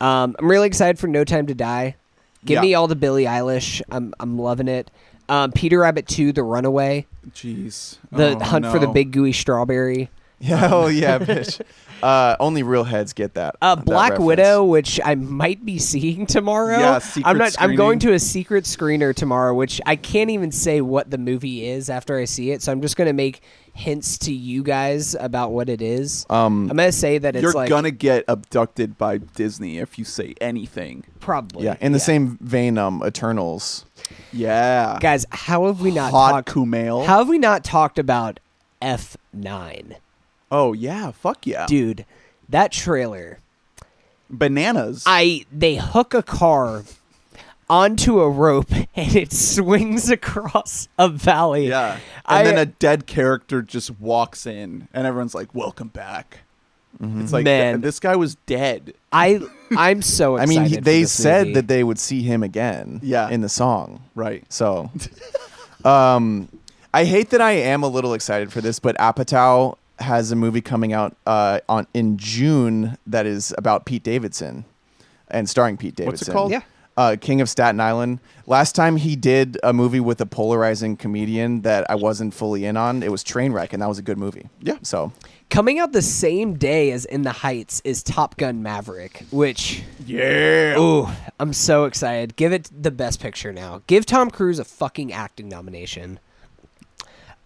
[SPEAKER 2] Um, I'm really excited for No Time to Die. Give
[SPEAKER 1] Yeah.
[SPEAKER 2] me all the Billie Eilish. I'm I'm loving it. Um, Peter Rabbit 2, The Runaway,
[SPEAKER 1] Jeez.
[SPEAKER 2] The
[SPEAKER 1] Oh,
[SPEAKER 2] Hunt for the
[SPEAKER 1] no.
[SPEAKER 2] Big Gooey Strawberry,
[SPEAKER 3] Yeah, oh yeah, bitch. Uh, only real heads get that.
[SPEAKER 2] uh,
[SPEAKER 3] that
[SPEAKER 2] Black
[SPEAKER 3] reference.
[SPEAKER 2] Widow, which I might be seeing tomorrow.
[SPEAKER 1] Yeah, secret
[SPEAKER 2] I'm not. I'm
[SPEAKER 1] screening.
[SPEAKER 2] going to a secret screener tomorrow, which I can't even say what the movie is after I see it. So I'm just going to make hints to you guys about what it is.
[SPEAKER 3] Um,
[SPEAKER 2] I'm going to say that it's
[SPEAKER 1] You're
[SPEAKER 2] like
[SPEAKER 1] gonna get abducted by Disney if you say anything.
[SPEAKER 2] probably
[SPEAKER 3] yeah. In the same vein, um, Eternals.
[SPEAKER 1] Yeah.
[SPEAKER 2] Guys, how have we not
[SPEAKER 1] Hot
[SPEAKER 2] talked?
[SPEAKER 1] Kumail.
[SPEAKER 2] How have we not talked about F9,
[SPEAKER 1] oh yeah, fuck yeah.
[SPEAKER 2] dude? That trailer.
[SPEAKER 1] Bananas.
[SPEAKER 2] I they hook a car onto a rope and it swings across a valley.
[SPEAKER 1] Yeah. And
[SPEAKER 2] I-
[SPEAKER 1] then a dead character just walks in and everyone's like, "Welcome back." It's like
[SPEAKER 2] Man.
[SPEAKER 1] th- this guy was dead.
[SPEAKER 2] I I'm so
[SPEAKER 3] I
[SPEAKER 2] excited.
[SPEAKER 3] mean, he,
[SPEAKER 2] for
[SPEAKER 3] they
[SPEAKER 2] this
[SPEAKER 3] said
[SPEAKER 2] movie.
[SPEAKER 3] that they would see him again.
[SPEAKER 1] Yeah.
[SPEAKER 3] In the song.
[SPEAKER 1] Right.
[SPEAKER 3] So, um, I hate that I am a little excited for this, but Apatow has a movie coming out uh, on in June that is about Pete Davidson and starring Pete Davidson.
[SPEAKER 1] What's it called?
[SPEAKER 2] Yeah.
[SPEAKER 3] Uh, King of Staten Island. Last time he did a movie with a polarizing comedian that I wasn't fully in on, it was Trainwreck, and that was a good movie.
[SPEAKER 1] Yeah.
[SPEAKER 3] So
[SPEAKER 2] coming out the same day as In the Heights is Top Gun Maverick, which
[SPEAKER 1] Yeah.
[SPEAKER 2] ooh, I'm so excited. Give it the best picture now. Give Tom Cruise a fucking acting nomination.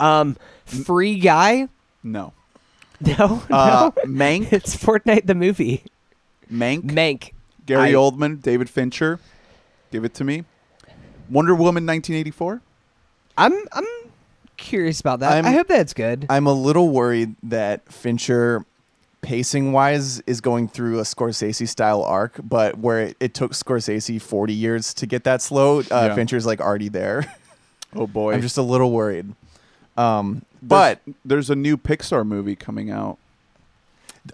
[SPEAKER 2] Um, Free Guy?
[SPEAKER 1] No.
[SPEAKER 2] No,
[SPEAKER 1] Uh,
[SPEAKER 2] no.
[SPEAKER 1] Mank,
[SPEAKER 2] It's Fortnite the movie.
[SPEAKER 1] Mank,
[SPEAKER 2] Mank.
[SPEAKER 1] Gary
[SPEAKER 2] I-
[SPEAKER 1] Oldman, David Fincher. Give it to me. Wonder Woman 1984.
[SPEAKER 2] I'm I'm curious about that.
[SPEAKER 3] I'm-
[SPEAKER 2] I hope that's good.
[SPEAKER 3] I'm a little worried that Fincher, pacing wise, is going through a Scorsese style arc, but where it, it took Scorsese 40 years to get that slow, uh,
[SPEAKER 1] Yeah.
[SPEAKER 3] Fincher's like already there.
[SPEAKER 1] Oh boy.
[SPEAKER 3] I'm just a little worried. Um,
[SPEAKER 1] There's-
[SPEAKER 3] but
[SPEAKER 1] there's a new Pixar movie coming out.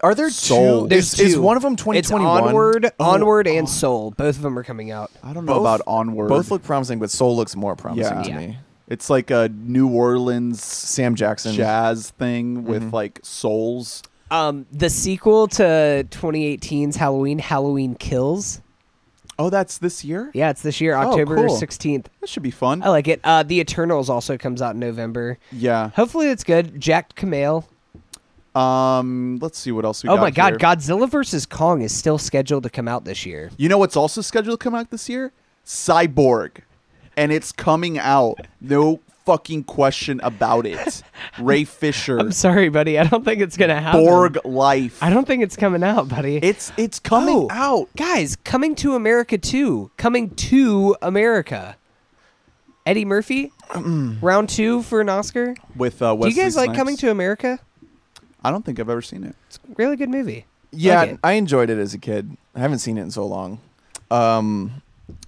[SPEAKER 3] are there
[SPEAKER 1] Soul.
[SPEAKER 3] two?
[SPEAKER 2] There's
[SPEAKER 3] is, is
[SPEAKER 2] two.
[SPEAKER 3] one of them
[SPEAKER 2] it's
[SPEAKER 3] 2021?
[SPEAKER 2] Onward,
[SPEAKER 3] Oh,
[SPEAKER 2] Onward, and Soul. Both of them are coming out.
[SPEAKER 1] I don't know about
[SPEAKER 3] Both-
[SPEAKER 1] Onward.
[SPEAKER 3] Both look promising, but Soul looks more promising
[SPEAKER 1] Yeah.
[SPEAKER 3] to
[SPEAKER 2] Yeah.
[SPEAKER 3] me.
[SPEAKER 1] It's like a New Orleans
[SPEAKER 3] Sam Jackson.
[SPEAKER 1] jazz thing
[SPEAKER 2] Mm-hmm.
[SPEAKER 1] with like souls.
[SPEAKER 2] Um, the sequel to 2018's Halloween, Halloween Kills.
[SPEAKER 1] Oh, that's this year.
[SPEAKER 2] Yeah, it's this year, October
[SPEAKER 1] cool.
[SPEAKER 2] 16th.
[SPEAKER 1] That should be fun.
[SPEAKER 2] I like it. Uh, the Eternals also comes out in November.
[SPEAKER 1] yeah.
[SPEAKER 2] Hopefully, it's good. Jack Kamale.
[SPEAKER 1] Um, let's see what else we
[SPEAKER 2] Oh
[SPEAKER 1] got.
[SPEAKER 2] my God,
[SPEAKER 1] here.
[SPEAKER 2] Godzilla vs Kong is still scheduled to come out this year.
[SPEAKER 1] You know what's also scheduled to come out this year? Cyborg. And it's coming out. No fucking question about it. Ray Fisher.
[SPEAKER 2] I'm sorry, buddy. I don't think it's gonna happen.
[SPEAKER 1] Borg life.
[SPEAKER 2] I don't think it's coming out, buddy.
[SPEAKER 1] It's it's coming
[SPEAKER 2] Oh.
[SPEAKER 1] out.
[SPEAKER 2] Guys, coming to America too. Coming to America. Eddie Murphy, round two for an Oscar.
[SPEAKER 1] with uh, Mm. Wesley
[SPEAKER 2] Do you guys like
[SPEAKER 1] Snipes.
[SPEAKER 2] Coming to America?
[SPEAKER 1] I don't think I've ever seen it.
[SPEAKER 2] It's a really good movie.
[SPEAKER 3] Yeah,
[SPEAKER 2] Like it.
[SPEAKER 3] I enjoyed it as a kid. I haven't seen it in so long. Um,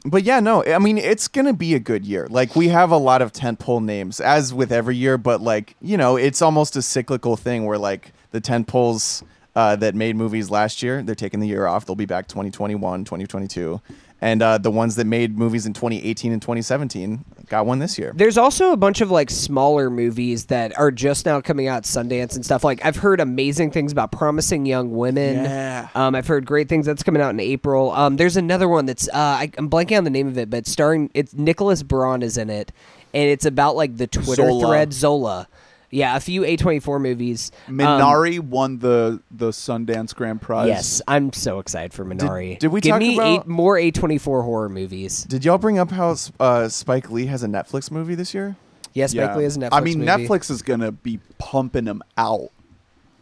[SPEAKER 3] but yeah, no, I mean, it's going to be a good year. Like, we have a lot of tentpole names, as with every year, but like, you know, it's almost a cyclical thing where like the tentpoles uh, that made movies last year, they're taking the year off. They'll be back 2021, 2022. And uh, the ones that made movies in 2018 and 2017 got one this year.
[SPEAKER 2] There's also a bunch of like smaller movies that are just now coming out Sundance and stuff. Like I've heard amazing things about Promising Young Women.
[SPEAKER 1] Yeah.
[SPEAKER 2] Um, I've heard great things that's coming out in April. Um, there's another one that's uh, I, I'm blanking on the name of it, but it's starring it's Nicholas Braun is in it, and it's about like the Twitter
[SPEAKER 1] Zola.
[SPEAKER 2] thread Zola. Yeah, a few A24 movies. Um,
[SPEAKER 1] Minari won the the Sundance Grand Prize.
[SPEAKER 2] yes, I'm so excited for Minari.
[SPEAKER 3] did we
[SPEAKER 2] Give
[SPEAKER 3] talk
[SPEAKER 2] me
[SPEAKER 3] about-
[SPEAKER 2] eight more A24 horror movies?
[SPEAKER 3] Did y'all bring up how uh, Spike Lee has a Netflix movie this year?
[SPEAKER 2] Yes,
[SPEAKER 1] Yeah.
[SPEAKER 2] Spike Lee is a Netflix.
[SPEAKER 1] I mean,
[SPEAKER 2] movie.
[SPEAKER 1] Netflix is gonna be pumping them out.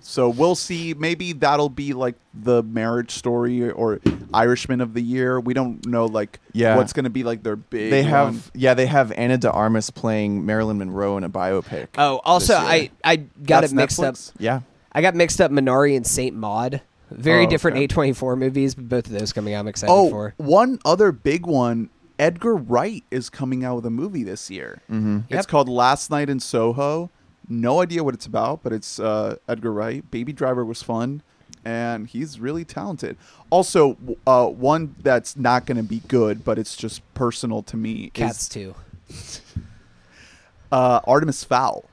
[SPEAKER 1] So we'll see. Maybe that'll be like the Marriage Story or Irishman of the Year. We don't know like
[SPEAKER 3] Yeah.
[SPEAKER 1] what's gonna be like their big.
[SPEAKER 3] they have
[SPEAKER 1] one.
[SPEAKER 3] yeah they have anna de armas playing marilyn monroe in a biopic
[SPEAKER 1] Uh,
[SPEAKER 2] Oh, also
[SPEAKER 3] this
[SPEAKER 2] I
[SPEAKER 3] year.
[SPEAKER 2] I got
[SPEAKER 1] That's
[SPEAKER 2] it mixed up.
[SPEAKER 1] Netflix?
[SPEAKER 3] yeah
[SPEAKER 2] I got mixed up Minari and Saint Maud. Very
[SPEAKER 1] Oh,
[SPEAKER 2] different
[SPEAKER 1] okay.
[SPEAKER 2] A24 movies, but both of those coming out I'm excited
[SPEAKER 1] Oh, one
[SPEAKER 2] for.
[SPEAKER 1] other big one. Edgar Wright is coming out with a movie this year. Mm-hmm.
[SPEAKER 2] Yep.
[SPEAKER 1] It's called Last Night in Soho. No idea what it's about, but it's uh, Edgar Wright. Baby Driver was fun, and he's really talented. Also, w- uh, one that's not going to be good, but it's just personal to me
[SPEAKER 2] Cats
[SPEAKER 1] is
[SPEAKER 2] too.
[SPEAKER 1] uh, Artemis Fowl.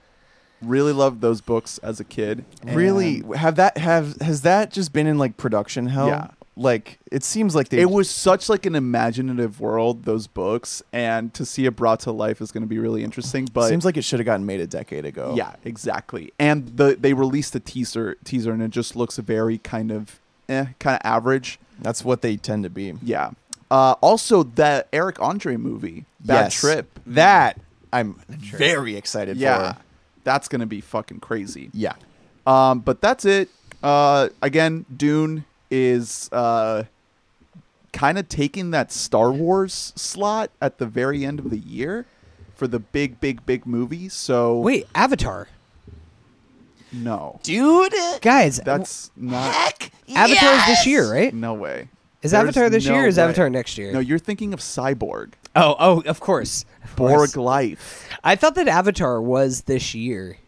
[SPEAKER 1] Really loved those books as a kid.
[SPEAKER 3] really have that have has that just been in like production hell
[SPEAKER 1] Yeah.
[SPEAKER 3] like it seems like they
[SPEAKER 1] it was such like an imaginative world those books and to see it brought to life is going to be really interesting but
[SPEAKER 3] seems like it should have gotten made a decade ago
[SPEAKER 1] Yeah, exactly. And the they released a teaser teaser and it just looks very kind of eh, kind of average.
[SPEAKER 3] that's what they tend to be
[SPEAKER 1] Yeah. Uh, also that Eric Andre movie, Bad
[SPEAKER 3] Yes.
[SPEAKER 1] Trip.
[SPEAKER 3] that i'm very excited
[SPEAKER 1] Yeah.
[SPEAKER 3] for
[SPEAKER 1] That's going to be fucking crazy.
[SPEAKER 3] yeah
[SPEAKER 1] Um but that's it. Uh again, Dune is uh kind of taking that Star Wars slot at the very end of the year for the big big big movie. So
[SPEAKER 2] Wait, Avatar.
[SPEAKER 1] no.
[SPEAKER 3] dude
[SPEAKER 2] Guys,
[SPEAKER 1] That's not
[SPEAKER 2] Avatar is this year, right?
[SPEAKER 1] No way.
[SPEAKER 2] Is
[SPEAKER 1] There's
[SPEAKER 2] Avatar this
[SPEAKER 1] no
[SPEAKER 2] year or is
[SPEAKER 1] way.
[SPEAKER 2] Avatar next year?
[SPEAKER 1] No, you're thinking of Cyborg.
[SPEAKER 2] Oh, oh, of course. Of course.
[SPEAKER 1] Borg Life.
[SPEAKER 2] I thought that Avatar was this year.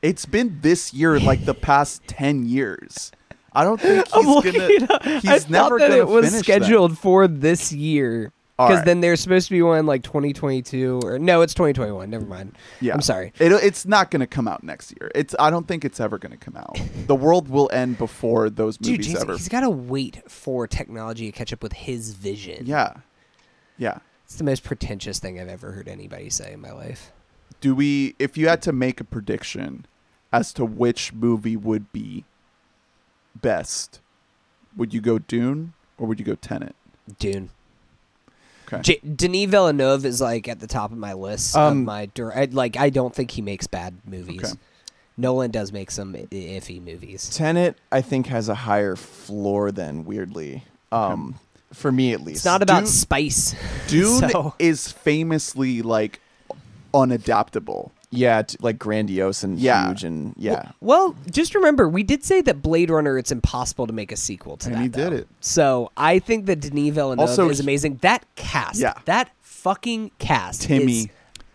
[SPEAKER 1] It's been this year like the past 10 years. I don't think he's
[SPEAKER 2] looking
[SPEAKER 1] gonna he's
[SPEAKER 2] I
[SPEAKER 1] never
[SPEAKER 2] thought that
[SPEAKER 1] gonna
[SPEAKER 2] it was
[SPEAKER 1] finish
[SPEAKER 2] scheduled for this year.
[SPEAKER 1] All
[SPEAKER 2] Because
[SPEAKER 1] right.
[SPEAKER 2] then there's supposed to be one like 2022 or no, it's 2021. Never mind.
[SPEAKER 1] that. Yeah.
[SPEAKER 2] I'm sorry.
[SPEAKER 1] It, it's not gonna come out next year. It's I don't think it's ever gonna come out. the world will end before those
[SPEAKER 2] Dude,
[SPEAKER 1] movies
[SPEAKER 2] Jason,
[SPEAKER 1] ever.
[SPEAKER 2] he's got to wait for technology to catch up with his vision.
[SPEAKER 1] Yeah. Yeah.
[SPEAKER 2] It's the most pretentious thing I've ever heard anybody say in my life.
[SPEAKER 1] Do we if you had to make a prediction as to which movie would be best, would you go Dune or would you go Tenet?
[SPEAKER 2] Dune.
[SPEAKER 1] Okay.
[SPEAKER 2] J- Denis Villeneuve is like at the top of my list. of
[SPEAKER 3] Um,
[SPEAKER 2] my dir- I, like I don't think he makes bad movies.
[SPEAKER 1] Okay.
[SPEAKER 2] Nolan does make some i- iffy movies.
[SPEAKER 3] tenet i think has a higher floor than weirdly um for me at least
[SPEAKER 2] It's not about
[SPEAKER 1] Dune-
[SPEAKER 2] spice.
[SPEAKER 1] Dune
[SPEAKER 2] So-
[SPEAKER 1] is famously like unadaptable.
[SPEAKER 3] yeah t- like grandiose and
[SPEAKER 1] Yeah.
[SPEAKER 3] huge and yeah
[SPEAKER 2] Well, just remember, we did say that Blade Runner. It's impossible to make a sequel to
[SPEAKER 1] And
[SPEAKER 2] that.
[SPEAKER 1] he did
[SPEAKER 2] though.
[SPEAKER 1] it.
[SPEAKER 2] So I think that Denis Villeneuve
[SPEAKER 1] Also,
[SPEAKER 2] is
[SPEAKER 1] he-
[SPEAKER 2] amazing. That cast.
[SPEAKER 1] Yeah.
[SPEAKER 2] That fucking cast. Is
[SPEAKER 1] Timmy, you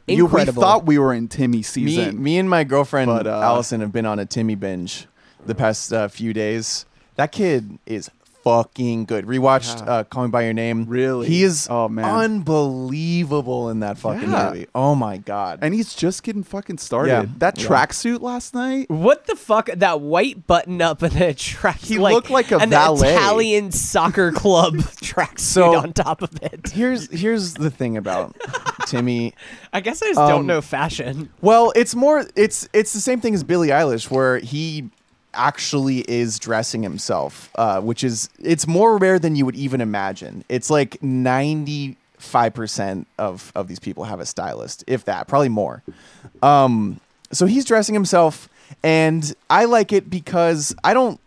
[SPEAKER 1] we
[SPEAKER 2] incredible.
[SPEAKER 1] thought we were in Timmy
[SPEAKER 3] me,
[SPEAKER 1] season.
[SPEAKER 3] me and my girlfriend
[SPEAKER 1] But, uh,
[SPEAKER 3] Allison have been on a Timmy binge the past uh, few days. That kid is fucking good. Rewatched
[SPEAKER 1] Yeah.
[SPEAKER 3] uh, Call Me by Your Name.
[SPEAKER 1] Really?
[SPEAKER 3] he is
[SPEAKER 1] Oh, man.
[SPEAKER 3] unbelievable in that fucking
[SPEAKER 1] Yeah.
[SPEAKER 3] movie. Oh my god!
[SPEAKER 1] and he's just getting fucking started.
[SPEAKER 3] Yeah.
[SPEAKER 1] That
[SPEAKER 3] Yeah.
[SPEAKER 1] tracksuit last night.
[SPEAKER 2] What the fuck? That white button up and a track.
[SPEAKER 1] He looked like a
[SPEAKER 2] an
[SPEAKER 1] valet.
[SPEAKER 2] Italian soccer club tracksuit
[SPEAKER 3] So-
[SPEAKER 2] on top of it.
[SPEAKER 3] here's here's the thing about Timmy.
[SPEAKER 2] I guess I just
[SPEAKER 3] Um,
[SPEAKER 2] don't know fashion.
[SPEAKER 3] Well, it's more it's it's the same thing as Billie Eilish, where he actually is dressing himself, uh, which is it's more rare than you would even imagine. It's like ninety five percent of of these people have a stylist, if that, probably more. Um, so he's dressing himself, and I like it because I don't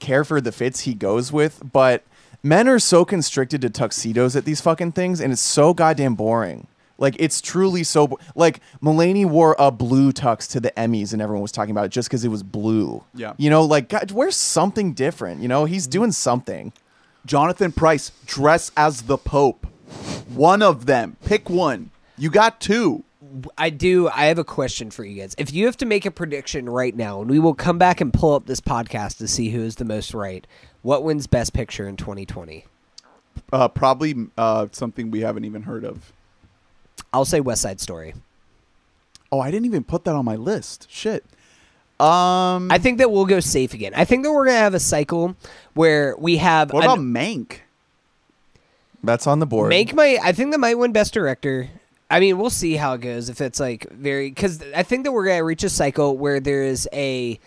[SPEAKER 3] care for the fits he goes with, but men are so constricted to tuxedos at these fucking things, and it's so goddamn boring. Like it's truly so. bo- Like Mulaney wore a blue tux to the Emmys, and everyone was talking about it just because it was blue.
[SPEAKER 1] Yeah. Mm-hmm.
[SPEAKER 3] you know, like God, wear something different. You know, he's doing something.
[SPEAKER 1] Jonathan Price dress as the Pope. One of them. Pick one. You got two.
[SPEAKER 2] I do. I have a question for you guys. If you have to make a prediction right now, and we will come back and pull up this podcast to see who is the most right, what wins Best Picture in 2020?
[SPEAKER 1] Uh, probably uh, something we haven't even heard of.
[SPEAKER 2] I'll say West Side Story.
[SPEAKER 1] Oh, I didn't even put that on my list. Shit. Um,
[SPEAKER 2] I think that we'll go safe again. I think that we're gonna have a cycle where we have
[SPEAKER 1] what
[SPEAKER 2] an-
[SPEAKER 1] about Mank?
[SPEAKER 3] That's on the board.
[SPEAKER 2] Make my. I think that might win Best Director. I mean, we'll see how it goes. If it's like very, because I think that we're gonna reach a cycle where there is a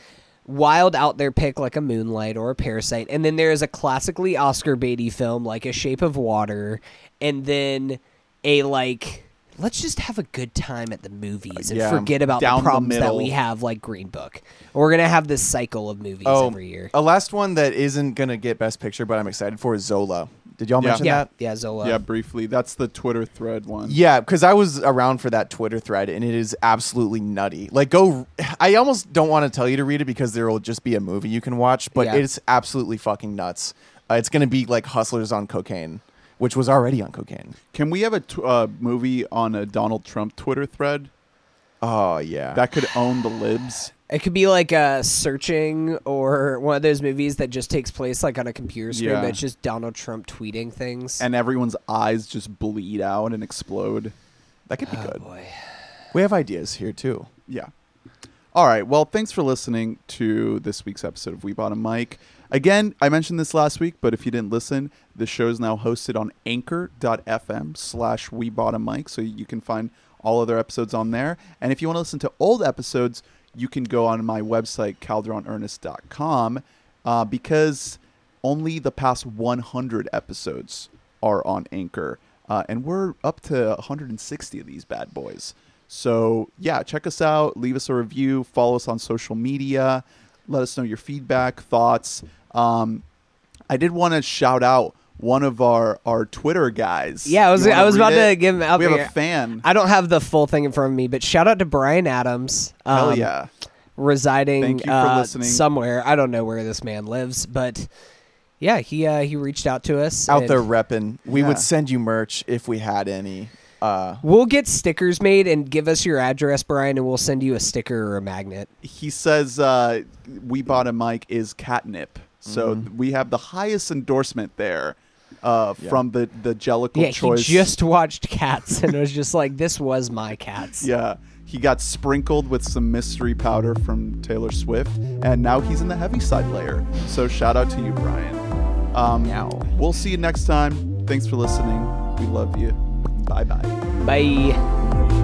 [SPEAKER 2] wild out there pick like a Moonlight or a Parasite, and then there is a classically Oscar baity film like A Shape of Water, and then a like. Let's just have a good time at the movies and
[SPEAKER 3] Yeah,
[SPEAKER 2] forget about the
[SPEAKER 1] down the
[SPEAKER 2] problems that
[SPEAKER 1] middle.
[SPEAKER 2] we have, like Green Book. We're gonna have this cycle of movies
[SPEAKER 3] oh,
[SPEAKER 2] every year.
[SPEAKER 3] a last one that isn't gonna get Best Picture, but I'm excited for is Zola. Did y'all
[SPEAKER 1] Yeah.
[SPEAKER 3] mention
[SPEAKER 2] yeah,
[SPEAKER 3] that?
[SPEAKER 2] yeah, Zola.
[SPEAKER 1] Yeah, briefly. That's the Twitter thread one.
[SPEAKER 3] Yeah, because I was around for that Twitter thread, and it is absolutely nutty. Like, go. I almost don't want to tell you to read it because there will just be a movie you can watch, but
[SPEAKER 2] Yeah.
[SPEAKER 3] it's absolutely fucking nuts. Uh, it's gonna be like Hustlers on cocaine, which was already on cocaine.
[SPEAKER 1] Can we have a tw- uh, movie on a Donald Trump Twitter thread
[SPEAKER 3] Oh yeah,
[SPEAKER 1] that could own the libs?
[SPEAKER 2] It could be like uh, searching or one of those movies that just takes place like on a computer screen,
[SPEAKER 1] Yeah.
[SPEAKER 2] but it's just Donald Trump tweeting things.
[SPEAKER 1] and everyone's eyes just bleed out and explode.
[SPEAKER 3] that could be
[SPEAKER 1] Uh,
[SPEAKER 3] good.
[SPEAKER 2] boy.
[SPEAKER 3] We have ideas here too.
[SPEAKER 1] Yeah. All right. Well, thanks for listening to this week's episode of We Bought a Mic. Again, I mentioned this last week, but if you didn't listen, the show is now hosted on anchor.fm slash We Bought a Mic. So you can find all other episodes on there. And if you want to listen to old episodes, you can go on my website, calderonearnest.com, uh, because only the past 100 episodes are on Anchor. Uh, and we're up to 160 of these bad boys. So, yeah, check us out. Leave us a review. Follow us on social media. Let us know your feedback, thoughts. Um, I did want to shout out one of our, our Twitter guys.
[SPEAKER 2] Yeah, I was-
[SPEAKER 1] You wanna
[SPEAKER 2] I was
[SPEAKER 1] read
[SPEAKER 2] about to
[SPEAKER 1] it?
[SPEAKER 2] give him up
[SPEAKER 1] We have
[SPEAKER 2] here.
[SPEAKER 1] a fan.
[SPEAKER 2] I don't have the full thing in front of me, but shout out to Brian Adams. Um,
[SPEAKER 1] Hell yeah.
[SPEAKER 2] Residing
[SPEAKER 1] Thank you for
[SPEAKER 2] uh,
[SPEAKER 1] listening.
[SPEAKER 2] somewhere. I don't know where this man lives, but yeah, he uh, he reached out to us.
[SPEAKER 3] Out
[SPEAKER 2] and
[SPEAKER 3] there repping. We
[SPEAKER 1] Yeah.
[SPEAKER 3] would send you merch if we had any. Uh,
[SPEAKER 2] We'll get stickers made and give us your address, Brian, and we'll send you a sticker or a magnet.
[SPEAKER 1] He says uh, we bought a mic is catnip. So we have the highest endorsement there uh,
[SPEAKER 3] Yeah.
[SPEAKER 1] from the, the Jellicle
[SPEAKER 2] Yeah,
[SPEAKER 1] choice.
[SPEAKER 2] he just watched Cats and was just like, "This was my Cats."
[SPEAKER 1] Yeah, he got sprinkled with some mystery powder from Taylor Swift, and now he's in the heavy side layer. So shout out to you, Brian. Um,
[SPEAKER 2] Meow.
[SPEAKER 1] We'll see you next time. Thanks for listening. We love you. Bye bye.
[SPEAKER 2] Bye.